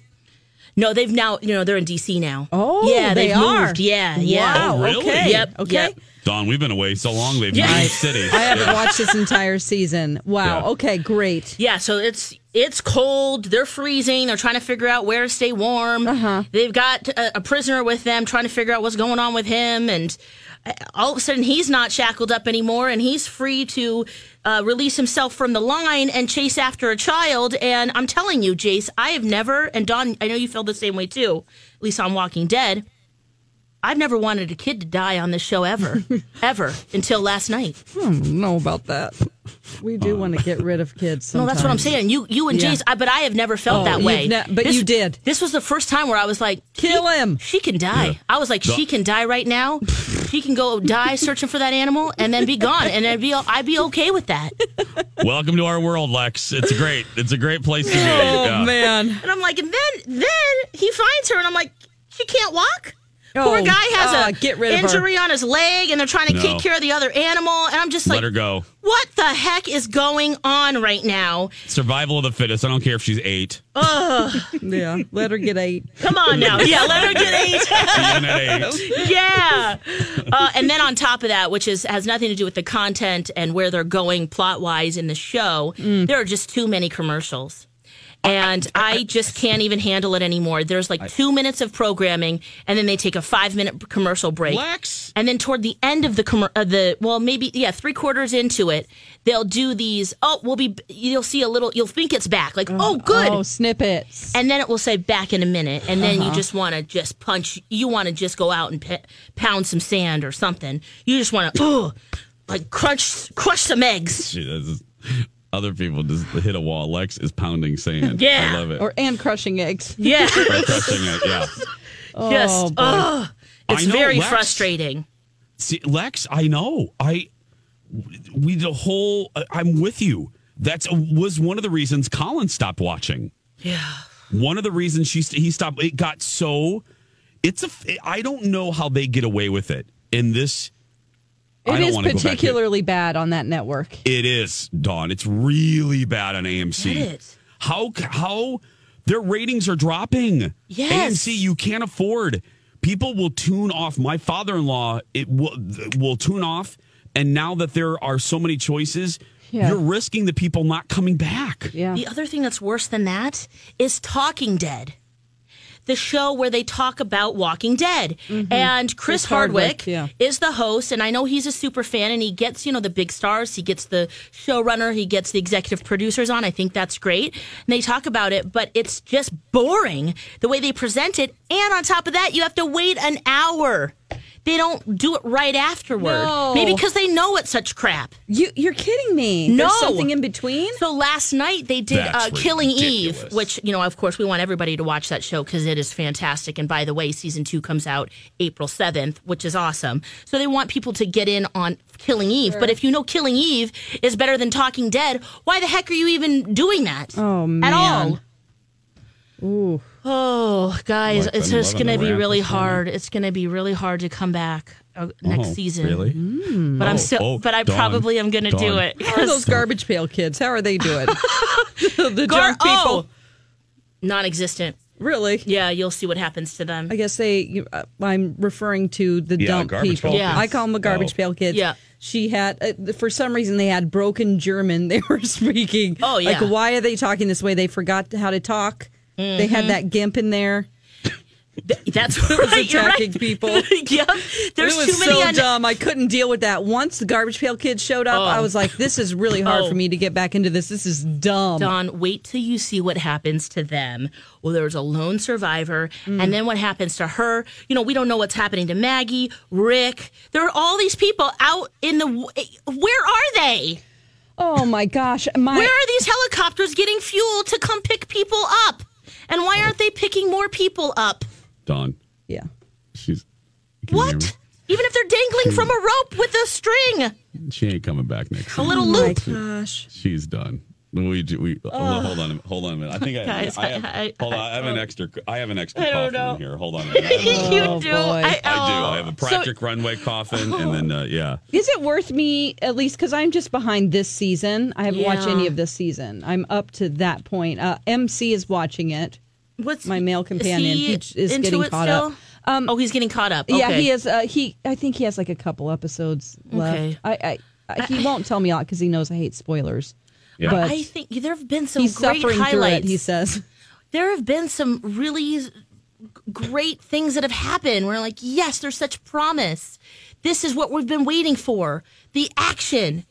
Speaker 5: No, they've now, you know, they're in DC now.
Speaker 4: Oh,
Speaker 5: yeah,
Speaker 4: they
Speaker 5: they've
Speaker 4: are.
Speaker 5: moved. Yeah, yeah.
Speaker 4: Wow, Oh, really? okay,
Speaker 5: Yep.
Speaker 4: okay.
Speaker 5: Yep.
Speaker 6: Don, we've been away so long. They've
Speaker 4: Yeah.
Speaker 6: changed cities.
Speaker 4: I haven't
Speaker 6: Yeah.
Speaker 4: watched this entire season. Wow.
Speaker 6: Yeah.
Speaker 4: Okay, great.
Speaker 5: Yeah, so it's it's cold. They're freezing. They're trying to figure out where to stay warm. Uh-huh. They've got a, a prisoner with them, trying to figure out what's going on with him. And uh, all of a sudden, he's not shackled up anymore, and he's free to uh, release himself from the line and chase after a child. And I'm telling you, Jace, I have never, and Don, I know you feel the same way too, at least on Walking Dead. I've never wanted a kid to die on this show ever, ever until last night.
Speaker 4: I don't know about that. We do want to get rid of kids.
Speaker 5: No,
Speaker 4: Sometimes.
Speaker 5: that's what I'm saying. You, you and
Speaker 4: Yeah.
Speaker 5: Jace, I, but I have never felt
Speaker 4: Oh,
Speaker 5: that
Speaker 4: you've
Speaker 5: way.
Speaker 4: ne- but
Speaker 5: This-
Speaker 4: you did.
Speaker 5: This was the first time where I was like,
Speaker 4: kill him.
Speaker 5: She can die.
Speaker 4: Yeah.
Speaker 5: I was like,
Speaker 4: The-
Speaker 5: she can die right now. she can go die searching for that animal and then be gone, and I'd be, I'd be okay with that.
Speaker 6: Welcome to our world, Lex. It's great. It's a great place to be.
Speaker 5: Oh,
Speaker 6: Yeah.
Speaker 5: And I'm like, and then, then he finds her, and I'm like, she can't walk. Poor
Speaker 4: Oh,
Speaker 5: guy has
Speaker 4: uh,
Speaker 5: a
Speaker 4: get rid of her.
Speaker 5: injury on his leg, and they're trying to
Speaker 6: No.
Speaker 5: take care of the other animal, and I'm just
Speaker 6: Let
Speaker 5: like,
Speaker 6: her go.
Speaker 5: what the heck is going on right now?
Speaker 6: Survival of the fittest. I don't care if she's eight.
Speaker 5: Ugh.
Speaker 4: yeah, let her get eight.
Speaker 5: Come on now. Yeah, let her get
Speaker 6: Even at
Speaker 5: eight. yeah. Uh, and then on top of that, which is has nothing to do with the content and where they're going plot wise in the show, there are just too many commercials. And I just can't even handle it anymore. There's like two minutes of programming, and then they take a five minute commercial break.
Speaker 6: Lex?
Speaker 5: And then toward the end of the commer- of the well, maybe yeah, three quarters into it, they'll do these. Oh, we'll be. You'll see a little. You'll think it's back. Like oh, good.
Speaker 4: Oh, snippets.
Speaker 5: And then it will say back in a minute, and then you
Speaker 4: Uh-huh.
Speaker 5: just want to just punch. You want to just go out and pe- pound some sand or something. You just want to, like crunch, crush some eggs.
Speaker 6: She does. Other people just hit a wall. Lex is pounding sand. I love it.
Speaker 4: Or and crushing eggs.
Speaker 5: Yeah.
Speaker 6: Or crushing it. Yeah.
Speaker 4: Oh,
Speaker 5: just, uh,
Speaker 4: boy.
Speaker 5: ugh. it's
Speaker 6: I know,
Speaker 5: very
Speaker 6: Lex.
Speaker 5: frustrating.
Speaker 6: See, Lex, I know. I we the whole. I'm with you. That's was one of the reasons Colin stopped watching.
Speaker 5: Yeah.
Speaker 6: One of the reasons she he stopped. It got so. It's a. I don't know how they get away with it in this. I
Speaker 4: It
Speaker 6: don't
Speaker 4: is
Speaker 6: wanna go back to-
Speaker 4: particularly bad on that network.
Speaker 6: It is Dawn. It's really bad on AMC.
Speaker 4: It is.
Speaker 6: How how their ratings are dropping?
Speaker 4: Yes.
Speaker 6: AMC you can't afford. People will tune off. My father in law it will will tune off. And now that there are so many choices,
Speaker 5: Yeah.
Speaker 6: you're risking the people not coming back.
Speaker 5: The other thing that's worse than that is Talking Dead, the show where they talk about Walking Dead. And Chris
Speaker 4: Chris
Speaker 5: Hardwick,
Speaker 4: Mm-hmm. Hardwick, yeah.
Speaker 5: is the host, and I know he's a super fan, and he gets, you know, the big stars. He gets the showrunner, he gets the executive producers on. I think that's great. And they talk about it, but it's just boring the way they present it. And on top of that, you have to wait an hour. They don't do it right afterward.
Speaker 4: No.
Speaker 5: Maybe because they know it's such crap.
Speaker 4: You you're kidding me.
Speaker 5: No.
Speaker 4: There's something in between.
Speaker 5: So last night they did
Speaker 4: That's
Speaker 5: uh, Killing
Speaker 4: ridiculous.
Speaker 5: Eve, which, you know, of course, we want everybody to watch that show because it is fantastic. And by the way, season two comes out April 7th, which is awesome. So they want people to get in on Killing Eve.
Speaker 4: Sure.
Speaker 5: But if you know Killing Eve is better than Talking Dead, why the heck are you even doing that?
Speaker 4: Oh man.
Speaker 5: At all.
Speaker 4: Ooh.
Speaker 5: Oh, guys,
Speaker 4: Like
Speaker 5: it's
Speaker 4: them
Speaker 5: just
Speaker 4: loving
Speaker 5: going to
Speaker 4: the
Speaker 5: be
Speaker 4: ramp
Speaker 5: really
Speaker 4: is coming.
Speaker 5: hard. It's going to be really hard to come back uh, next
Speaker 4: Oh,
Speaker 5: season.
Speaker 4: really?
Speaker 5: But I'm
Speaker 4: Oh,
Speaker 5: still,
Speaker 4: oh,
Speaker 5: but I
Speaker 4: Dawn.
Speaker 5: probably am going to do
Speaker 4: Dawn.
Speaker 5: it.
Speaker 4: How are those garbage pail kids? How are they doing? the
Speaker 5: Gar-
Speaker 4: junk people.
Speaker 5: oh! non-existent.
Speaker 4: Really?
Speaker 5: Yeah, you'll see what happens to them.
Speaker 4: I guess they. you- uh, I'm referring to the
Speaker 5: Yeah,
Speaker 4: dump
Speaker 5: garbage
Speaker 4: people.
Speaker 5: pail Yeah. kids.
Speaker 4: I call them the garbage
Speaker 5: Oh.
Speaker 4: pail kids.
Speaker 5: Yeah.
Speaker 4: She had, uh, for some reason, they had broken German. They were speaking.
Speaker 5: Oh, yeah.
Speaker 4: Like, why are they talking this way? They forgot how to talk. They
Speaker 5: Mhm.
Speaker 4: had that gimp in there.
Speaker 5: That's what was
Speaker 4: attacking people.
Speaker 5: yeah, there's
Speaker 4: it was
Speaker 5: too many
Speaker 4: so
Speaker 5: un-
Speaker 4: dumb. I couldn't deal with that. Once the garbage pail kids showed up,
Speaker 5: Oh.
Speaker 4: I was like, "This is really hard
Speaker 5: Oh.
Speaker 4: for me to get back into this. This is dumb."
Speaker 5: Don, wait till you see what happens to them. Well, there's a lone survivor,
Speaker 4: Mm.
Speaker 5: and then what happens to her? You know, we don't know what's happening to Maggie, Rick. There are all these people out in the. w- eh, Where are they?
Speaker 4: Oh my gosh, my
Speaker 5: Where are these helicopters getting fuel to come pick people up? And why aren't they picking more people up?
Speaker 6: Dawn.
Speaker 4: Yeah.
Speaker 6: She's
Speaker 4: Mm.
Speaker 5: What? Even if they're dangling from a rope with a string,
Speaker 6: she ain't coming back next.
Speaker 5: a little
Speaker 4: Mm.
Speaker 6: season.
Speaker 5: loop.
Speaker 4: gosh.
Speaker 6: She's done. We do- we
Speaker 4: Oh,
Speaker 5: Ugh.
Speaker 6: hold on hold on a minute. I think I,
Speaker 5: Guys,
Speaker 6: I, have,
Speaker 5: I- I-
Speaker 6: hold on. I have an extra. I have an extra
Speaker 5: I don't
Speaker 6: coffin
Speaker 5: know.
Speaker 6: here. Hold on. A minute. I have a-
Speaker 5: You do. I-
Speaker 6: I do. I have a
Speaker 5: oh.
Speaker 6: practic runway coffin, and then uh, yeah.
Speaker 4: Is it worth me at least because I'm just behind this season? I haven't watched
Speaker 5: Yeah.
Speaker 4: any of this season. I'm up to that point. Uh, MC is watching it.
Speaker 5: What's
Speaker 4: my male companion?
Speaker 5: he
Speaker 4: He j- is
Speaker 5: into
Speaker 4: getting
Speaker 5: it
Speaker 4: caught
Speaker 5: still?
Speaker 4: up. Um,
Speaker 5: oh, he's getting caught up.
Speaker 4: Yeah,
Speaker 5: Okay.
Speaker 4: he is. Uh, he, I think he has like a couple episodes left.
Speaker 5: Okay.
Speaker 4: I, I, I, uh, he won't tell me a lot because he knows I hate spoilers.
Speaker 5: Yeah.
Speaker 4: But
Speaker 5: I think there have been some
Speaker 4: he's
Speaker 5: great
Speaker 4: suffering through it,
Speaker 5: highlights.
Speaker 4: he says
Speaker 5: there have been some really g- great things that have happened. We're like, yes, there's such promise. This is what we've been waiting for. The action.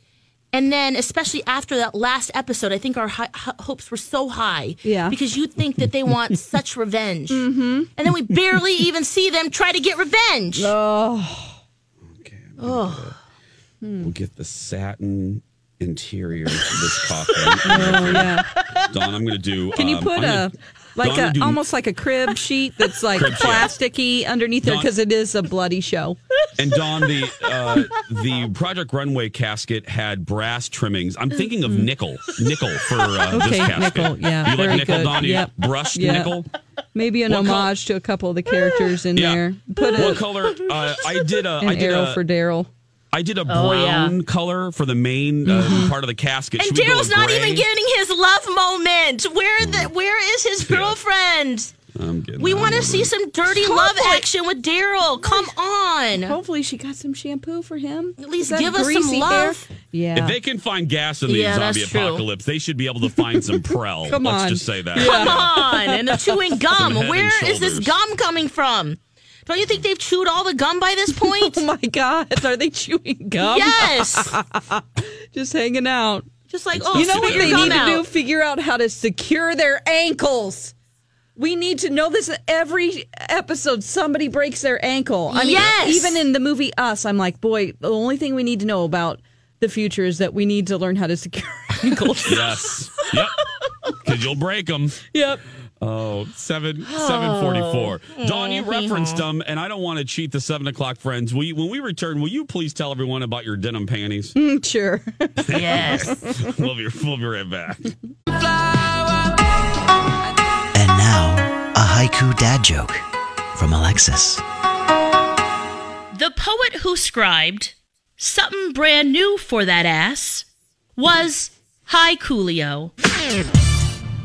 Speaker 5: And then, especially after that last episode, I think our hi- h- hopes were so high.
Speaker 4: Yeah.
Speaker 5: Because you think that they want such revenge. Mm-hmm. And then we barely even see them try to get revenge.
Speaker 4: Oh.
Speaker 5: Oh.
Speaker 4: Hmm.
Speaker 6: We'll get the satin interior to this coffin.
Speaker 4: Oh, yeah.
Speaker 6: Don, I'm going to do.
Speaker 4: Can you
Speaker 6: um,
Speaker 4: put
Speaker 6: I'm gonna-
Speaker 4: a like
Speaker 6: Don, I'm
Speaker 4: a
Speaker 6: doing-
Speaker 4: almost like a crib sheet that's like
Speaker 6: Crib sheet.
Speaker 4: plasticky underneath there
Speaker 6: Don-
Speaker 4: because it is a bloody show.
Speaker 6: And Don, the uh, the Project Runway casket had brass trimmings. I'm thinking of nickel, nickel for uh,
Speaker 4: Mm-hmm. Okay,
Speaker 6: this casket.
Speaker 4: nickel, yeah,
Speaker 6: you like
Speaker 4: very
Speaker 6: nickel,
Speaker 4: good.
Speaker 6: Don? Do you
Speaker 4: Yep.
Speaker 6: brushed
Speaker 4: Yeah.
Speaker 6: nickel.
Speaker 4: Maybe an
Speaker 6: What col-
Speaker 4: homage to a couple of the characters in
Speaker 6: Yeah.
Speaker 4: there. Put a,
Speaker 6: what color? Uh, I did a.
Speaker 4: an
Speaker 6: I did
Speaker 4: arrow
Speaker 6: a,
Speaker 4: for Daryl.
Speaker 6: I did a brown
Speaker 5: Oh,
Speaker 6: color for the main uh,
Speaker 4: Mm-hmm.
Speaker 6: part of the casket.
Speaker 5: And
Speaker 6: Should we go Mm.
Speaker 5: Daryl's
Speaker 6: with
Speaker 5: not
Speaker 6: gray?
Speaker 5: even getting his love moment. Where the where is his girlfriend?
Speaker 6: I'm getting.
Speaker 5: We want to see some dirty love action with Daryl. Come on.
Speaker 4: Hopefully, she got some shampoo for him.
Speaker 5: At
Speaker 4: Is
Speaker 5: least
Speaker 4: that
Speaker 5: give us some
Speaker 4: greasy hair?
Speaker 5: love.
Speaker 4: Yeah.
Speaker 6: If they can find gas in the
Speaker 5: Yeah,
Speaker 6: zombie
Speaker 5: that's true.
Speaker 6: apocalypse, they should be able to find some Prel.
Speaker 4: Come
Speaker 6: Let's
Speaker 4: on.
Speaker 6: just say that.
Speaker 5: Come on. And the chewing
Speaker 6: Some
Speaker 5: gum.
Speaker 6: head and
Speaker 5: Where is this
Speaker 6: shoulders.
Speaker 5: gum coming from? Don't you think they've chewed all the gum by this point?
Speaker 4: Oh my God! Are they chewing gum?
Speaker 5: Yes.
Speaker 4: Just hanging out.
Speaker 5: Just like,
Speaker 6: It's
Speaker 5: oh,
Speaker 4: you know what
Speaker 5: spit your
Speaker 4: they
Speaker 5: gum
Speaker 4: need to
Speaker 5: out.
Speaker 4: do? Figure out how to secure their ankles. We need to know this every episode. Somebody breaks their ankle. I mean,
Speaker 5: Yes.
Speaker 4: even in the movie Us, I'm like, boy, the only thing we need to know about the future is that we need to learn how to secure our ankles.
Speaker 6: Yes. Yep. Because you'll break them.
Speaker 4: yep. Oh.
Speaker 6: Oh, seven seven forty four. Dawn,
Speaker 4: Mm-hmm.
Speaker 6: you referenced them, and I don't want to cheat the seven o'clock friends. Will you, when we return, will you please tell everyone about your denim panties?
Speaker 4: Mm, sure.
Speaker 5: Yes.
Speaker 6: we'll be we'll be right back.
Speaker 7: And now, a haiku dad joke from Alexis.
Speaker 2: The poet who scribed something brand new for that ass was Hi Coolio.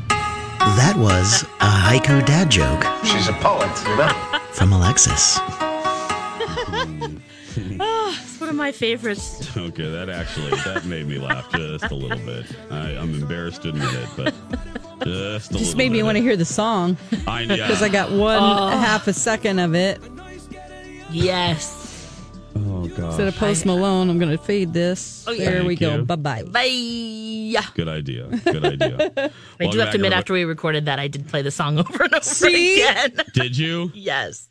Speaker 7: That was a haiku dad joke
Speaker 3: She's a poet, you know?
Speaker 7: from Alexis.
Speaker 5: Oh, it's one of my favorites.
Speaker 6: Okay, that actually that made me laugh just a little bit. I, I'm embarrassed to admit it, but just
Speaker 4: Just
Speaker 6: a little
Speaker 4: made me
Speaker 6: bit.
Speaker 4: want to hear the song
Speaker 6: I
Speaker 4: because I
Speaker 6: yeah.
Speaker 4: got one
Speaker 5: Oh.
Speaker 4: half a second of it.
Speaker 5: Yes.
Speaker 6: Oh god.
Speaker 4: Instead of Post Malone, I'm going to fade this.
Speaker 5: Oh, yeah.
Speaker 4: There we
Speaker 6: Thank
Speaker 4: go.
Speaker 6: you.
Speaker 4: Bye bye.
Speaker 5: Bye.
Speaker 6: Good idea. Good idea.
Speaker 5: I
Speaker 6: Welcome
Speaker 5: do have
Speaker 6: back,
Speaker 5: to admit,
Speaker 6: everybody.
Speaker 5: after we recorded that, I did play the song over and over
Speaker 4: See?
Speaker 5: again.
Speaker 6: Did you?
Speaker 5: Yes.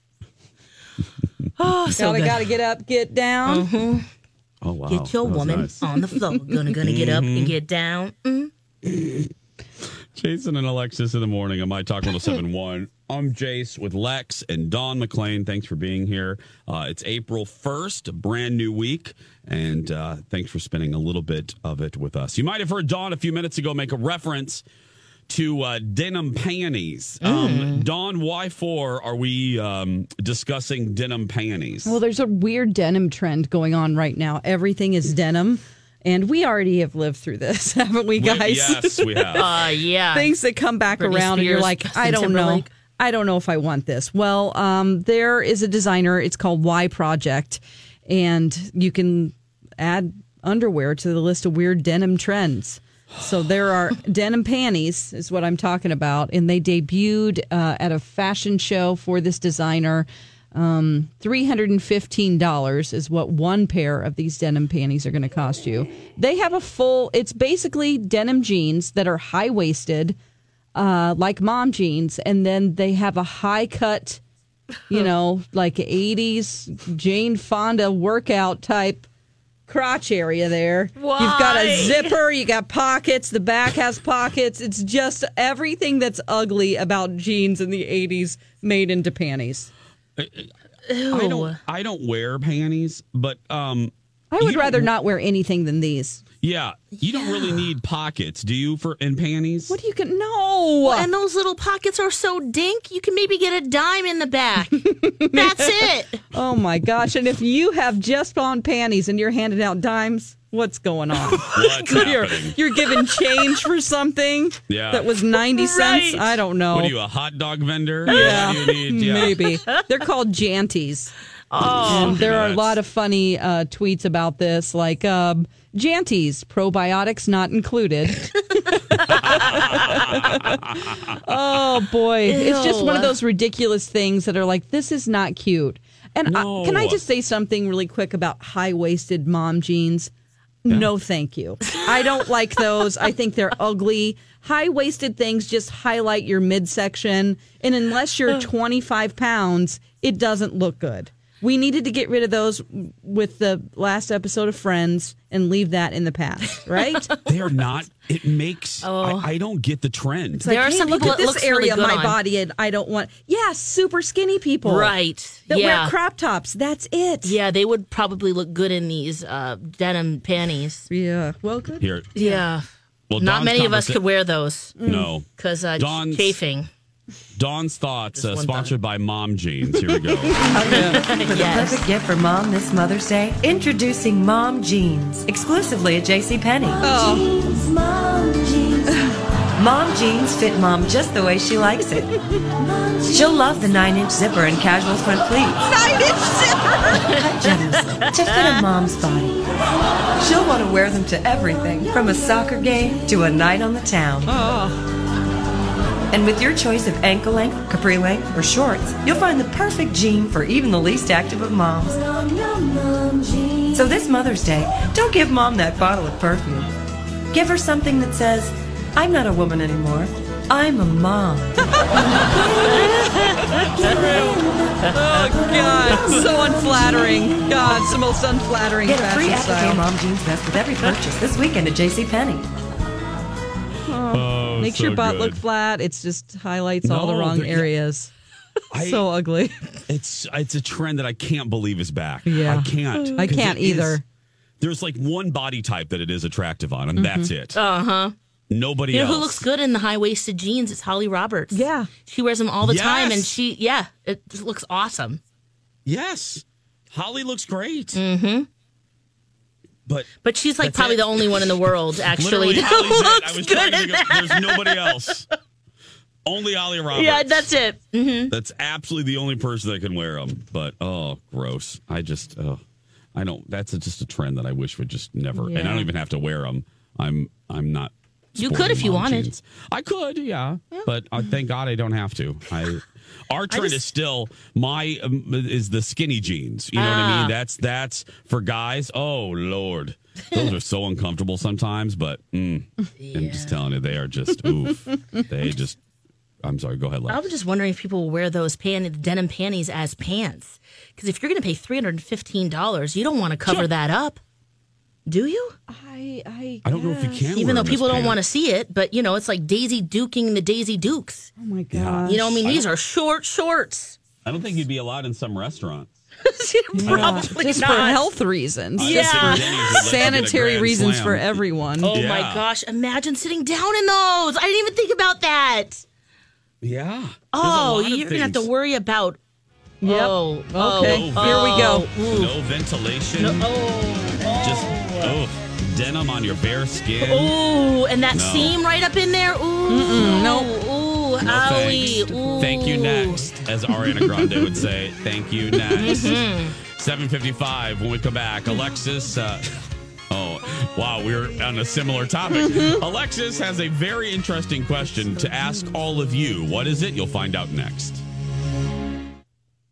Speaker 5: Oh, so
Speaker 4: Gotta
Speaker 5: good.
Speaker 4: gotta get up, get down.
Speaker 5: Mhm.
Speaker 6: Oh wow.
Speaker 5: Get your
Speaker 6: That was
Speaker 5: woman
Speaker 6: nice. Mm-hmm.
Speaker 5: on the floor. Gonna gonna get up and get down. Mm.
Speaker 6: Jason and Alexis in the morning on My Talk 1071. I'm Jace with Lex and Don McLean. Thanks for being here. Uh, it's April 1st, a brand new week, and uh, thanks for spending a little bit of it with us. You might have heard Don a few minutes ago make a reference to uh, denim panties. Um, Don, why for are we um, discussing denim panties?
Speaker 4: Well, there's a weird denim trend going on right now. Everything is denim, and we already have lived through this, haven't we,
Speaker 6: We-
Speaker 4: guys?
Speaker 6: yes, we have.
Speaker 5: Uh, yeah.
Speaker 4: Things that come back
Speaker 5: Britney
Speaker 4: around, and you're
Speaker 5: Spears,
Speaker 4: like,
Speaker 5: Justin
Speaker 4: I don't know.
Speaker 5: Timberlake.
Speaker 4: I don't know if I want this. Well, um, there is a designer. It's called Y Project, and you can add underwear to the list of weird denim trends. So there are denim panties, is what I'm talking about, and they debuted uh, at a fashion show for this designer. Um, three hundred and fifteen dollars is what one pair of these denim panties are going to cost you. They have a full. It's basically denim jeans that are high waisted, uh, like mom jeans, and then they have a high cut, you know, like '80s Jane Fonda workout type crotch area there. You've got a
Speaker 5: Why?
Speaker 4: zipper, you got pockets, the back has pockets. It's just everything that's ugly about jeans in the '80s made into panties.
Speaker 6: I don't I don't wear panties, but um
Speaker 4: I would rather not wear anything than these.
Speaker 6: Yeah, you don't really need pockets, do you? For in panties?
Speaker 4: What do you can? No.
Speaker 5: and those little pockets are so dink. You can maybe get a dime in the back. That's it.
Speaker 4: Oh my gosh! And if you have just on panties and you're handing out dimes, what's going on?
Speaker 6: What's
Speaker 4: you're,
Speaker 6: happening?
Speaker 4: you're giving change for something
Speaker 6: Yeah.
Speaker 4: that was ninety cents.
Speaker 6: Right.
Speaker 4: I don't know.
Speaker 6: What are you, a hot dog vendor?
Speaker 4: Yeah,
Speaker 6: What do you need? Yeah.
Speaker 4: maybe they're called janties.
Speaker 6: Oh.
Speaker 4: And there are a
Speaker 6: Nuts.
Speaker 4: lot of funny uh, tweets about this, like um, janties, probiotics not included. oh boy, it's just one of
Speaker 5: Ew.
Speaker 4: those ridiculous things that are like, this is not cute. And I, can I
Speaker 5: No.
Speaker 4: just say something really quick about high waisted mom jeans? No, thank you. I don't like those. I think they're ugly. High waisted things just highlight your midsection. And unless you're 25 pounds, it doesn't look good. We needed to get rid of those with the last episode of Friends and leave that in the past, right?
Speaker 6: They are not. It makes.
Speaker 5: Oh.
Speaker 6: I, I don't get the trend.
Speaker 4: It's like, hey, look at this area of my body, and I don't want. Yeah, super skinny people,
Speaker 5: Right.
Speaker 4: That
Speaker 5: Yeah.
Speaker 4: wear crop tops. That's it.
Speaker 5: Yeah, they would probably look good in these uh, denim panties.
Speaker 4: Yeah. Well, good.
Speaker 6: Here.
Speaker 5: Yeah.
Speaker 6: Well,
Speaker 5: Not
Speaker 6: Dawn's
Speaker 5: many of us
Speaker 6: conversa-
Speaker 5: could wear those.
Speaker 6: No.
Speaker 5: Because uh,
Speaker 6: Dawn's-
Speaker 5: chafing.
Speaker 6: Dawn's thoughts, uh, sponsored by Mom Jeans. Here we go.
Speaker 14: For the perfect gift for mom this Mother's Day, introducing Mom Jeans, exclusively at JCPenney.
Speaker 15: jeans, mom jeans.
Speaker 14: Mom jeans fit mom just the way she likes it. She'll love the nine inch zipper and casual front pleats.
Speaker 15: Nine inch
Speaker 14: Cut generously to fit a mom's body. She'll want to wear them to everything from a soccer game to a night on the town. And with your choice of ankle length, capri length, or shorts, you'll find the perfect jean for even the least active of moms. So this Mother's Day, don't give mom that bottle of perfume. Give her something that says, I'm not a woman anymore. I'm a mom.
Speaker 4: Oh God, so unflattering. God, it's the most unflattering
Speaker 14: Get a
Speaker 4: fashion
Speaker 14: free
Speaker 4: style.
Speaker 14: applique mom jeans vest with every purchase this weekend at JCPenney.
Speaker 4: Oh,
Speaker 14: Oh,
Speaker 4: makes
Speaker 14: so
Speaker 4: your butt look
Speaker 14: good.
Speaker 4: flat. It's just highlights all the
Speaker 6: No,
Speaker 4: wrong
Speaker 6: they're-
Speaker 4: areas.
Speaker 6: I-
Speaker 4: so ugly.
Speaker 6: It's it's a trend that I can't believe is back.
Speaker 4: Yeah.
Speaker 6: I can't.
Speaker 4: I
Speaker 6: 'cause
Speaker 4: can't
Speaker 6: it is-
Speaker 4: either.
Speaker 6: there's like one body type that it is attractive on, and
Speaker 4: Mm-hmm.
Speaker 6: that's it.
Speaker 5: Uh
Speaker 4: Uh-huh.
Speaker 5: huh.
Speaker 6: Nobody
Speaker 5: You know
Speaker 6: else.
Speaker 5: who looks good in the high waisted jeans? It's Holly Roberts.
Speaker 4: Yeah.
Speaker 5: She wears them all the time and
Speaker 6: Yes.
Speaker 5: she, yeah, it just looks awesome.
Speaker 6: yes, Holly looks great.
Speaker 5: Mm-hmm.
Speaker 6: But
Speaker 5: But she's like
Speaker 6: that's
Speaker 5: probably
Speaker 6: it.
Speaker 5: the only one in the world actually
Speaker 6: Literally,
Speaker 5: that
Speaker 6: Holly's it. I
Speaker 5: looks
Speaker 6: was trying
Speaker 5: good
Speaker 6: to
Speaker 5: in
Speaker 6: think
Speaker 5: that.
Speaker 6: of- There's nobody else. Only Holly Roberts.
Speaker 5: Yeah, that's it. Mm-hmm.
Speaker 6: That's absolutely the only person that can wear them. But oh, gross! I just, oh, I don't. That's a, just a trend that I wish would just never. And I
Speaker 5: Yeah.
Speaker 6: don't even have to wear them. I'm, I'm not.
Speaker 5: You
Speaker 6: sporting
Speaker 5: could if you
Speaker 6: mom
Speaker 5: wanted.
Speaker 6: jeans. I could, yeah. But uh, thank God I don't have to. I. Our trend is still my um, is the skinny jeans. You know what I
Speaker 5: Ah.
Speaker 6: mean? That's that's for guys. Oh lord, those are so uncomfortable sometimes. But mm, I'm just telling you, they are just oof. They just. I'm sorry. Go ahead. Lex.
Speaker 5: I'm just wondering if people will wear those pan- denim panties as pants. Because if you're going to pay $315, you don't want to cover that up. Do you?
Speaker 4: I, I,
Speaker 6: I don't know if you can.
Speaker 5: Even
Speaker 6: wear
Speaker 5: though
Speaker 6: them as
Speaker 5: people don't
Speaker 6: pants.
Speaker 5: want to see it, but you know, it's like Daisy duking the Daisy Dukes.
Speaker 4: Oh my
Speaker 6: God.
Speaker 5: You know, I mean,
Speaker 6: I
Speaker 5: these
Speaker 6: don't-
Speaker 5: are short shorts.
Speaker 6: I don't think you'd be allowed in some restaurants.
Speaker 5: Probably
Speaker 4: just for
Speaker 5: not.
Speaker 4: health reasons.
Speaker 6: I guess Yeah. if Denny's would let you get a
Speaker 4: Sanitary
Speaker 6: grand
Speaker 4: reasons
Speaker 6: slam.
Speaker 4: for everyone.
Speaker 5: Oh my
Speaker 6: Yeah.
Speaker 5: gosh, imagine sitting down in those. I didn't even think about that.
Speaker 6: Yeah.
Speaker 5: Oh, you're going to have to
Speaker 6: work.
Speaker 5: worry about.
Speaker 4: Yep.
Speaker 5: Oh,
Speaker 4: Okay.
Speaker 5: oh,
Speaker 4: Here we go.
Speaker 5: Ooh.
Speaker 6: No ventilation.
Speaker 5: No- oh,
Speaker 6: Just oh, denim on your bare skin.
Speaker 5: Ooh, and that
Speaker 6: No.
Speaker 5: seam right up in there. Ooh,
Speaker 6: Mm-mm, no.
Speaker 5: Ooh,
Speaker 6: No
Speaker 5: owie.
Speaker 6: thanks.
Speaker 5: Ooh.
Speaker 6: Thank you next, as Ariana Grande would say. Thank you next.
Speaker 5: Mhm.
Speaker 6: Seven fifty-five. When we come back, Alexis. Uh, oh, wow, we're on a similar topic.
Speaker 5: Mm-hmm.
Speaker 6: Alexis has a very interesting question to ask all of you. What is it? You'll find out next.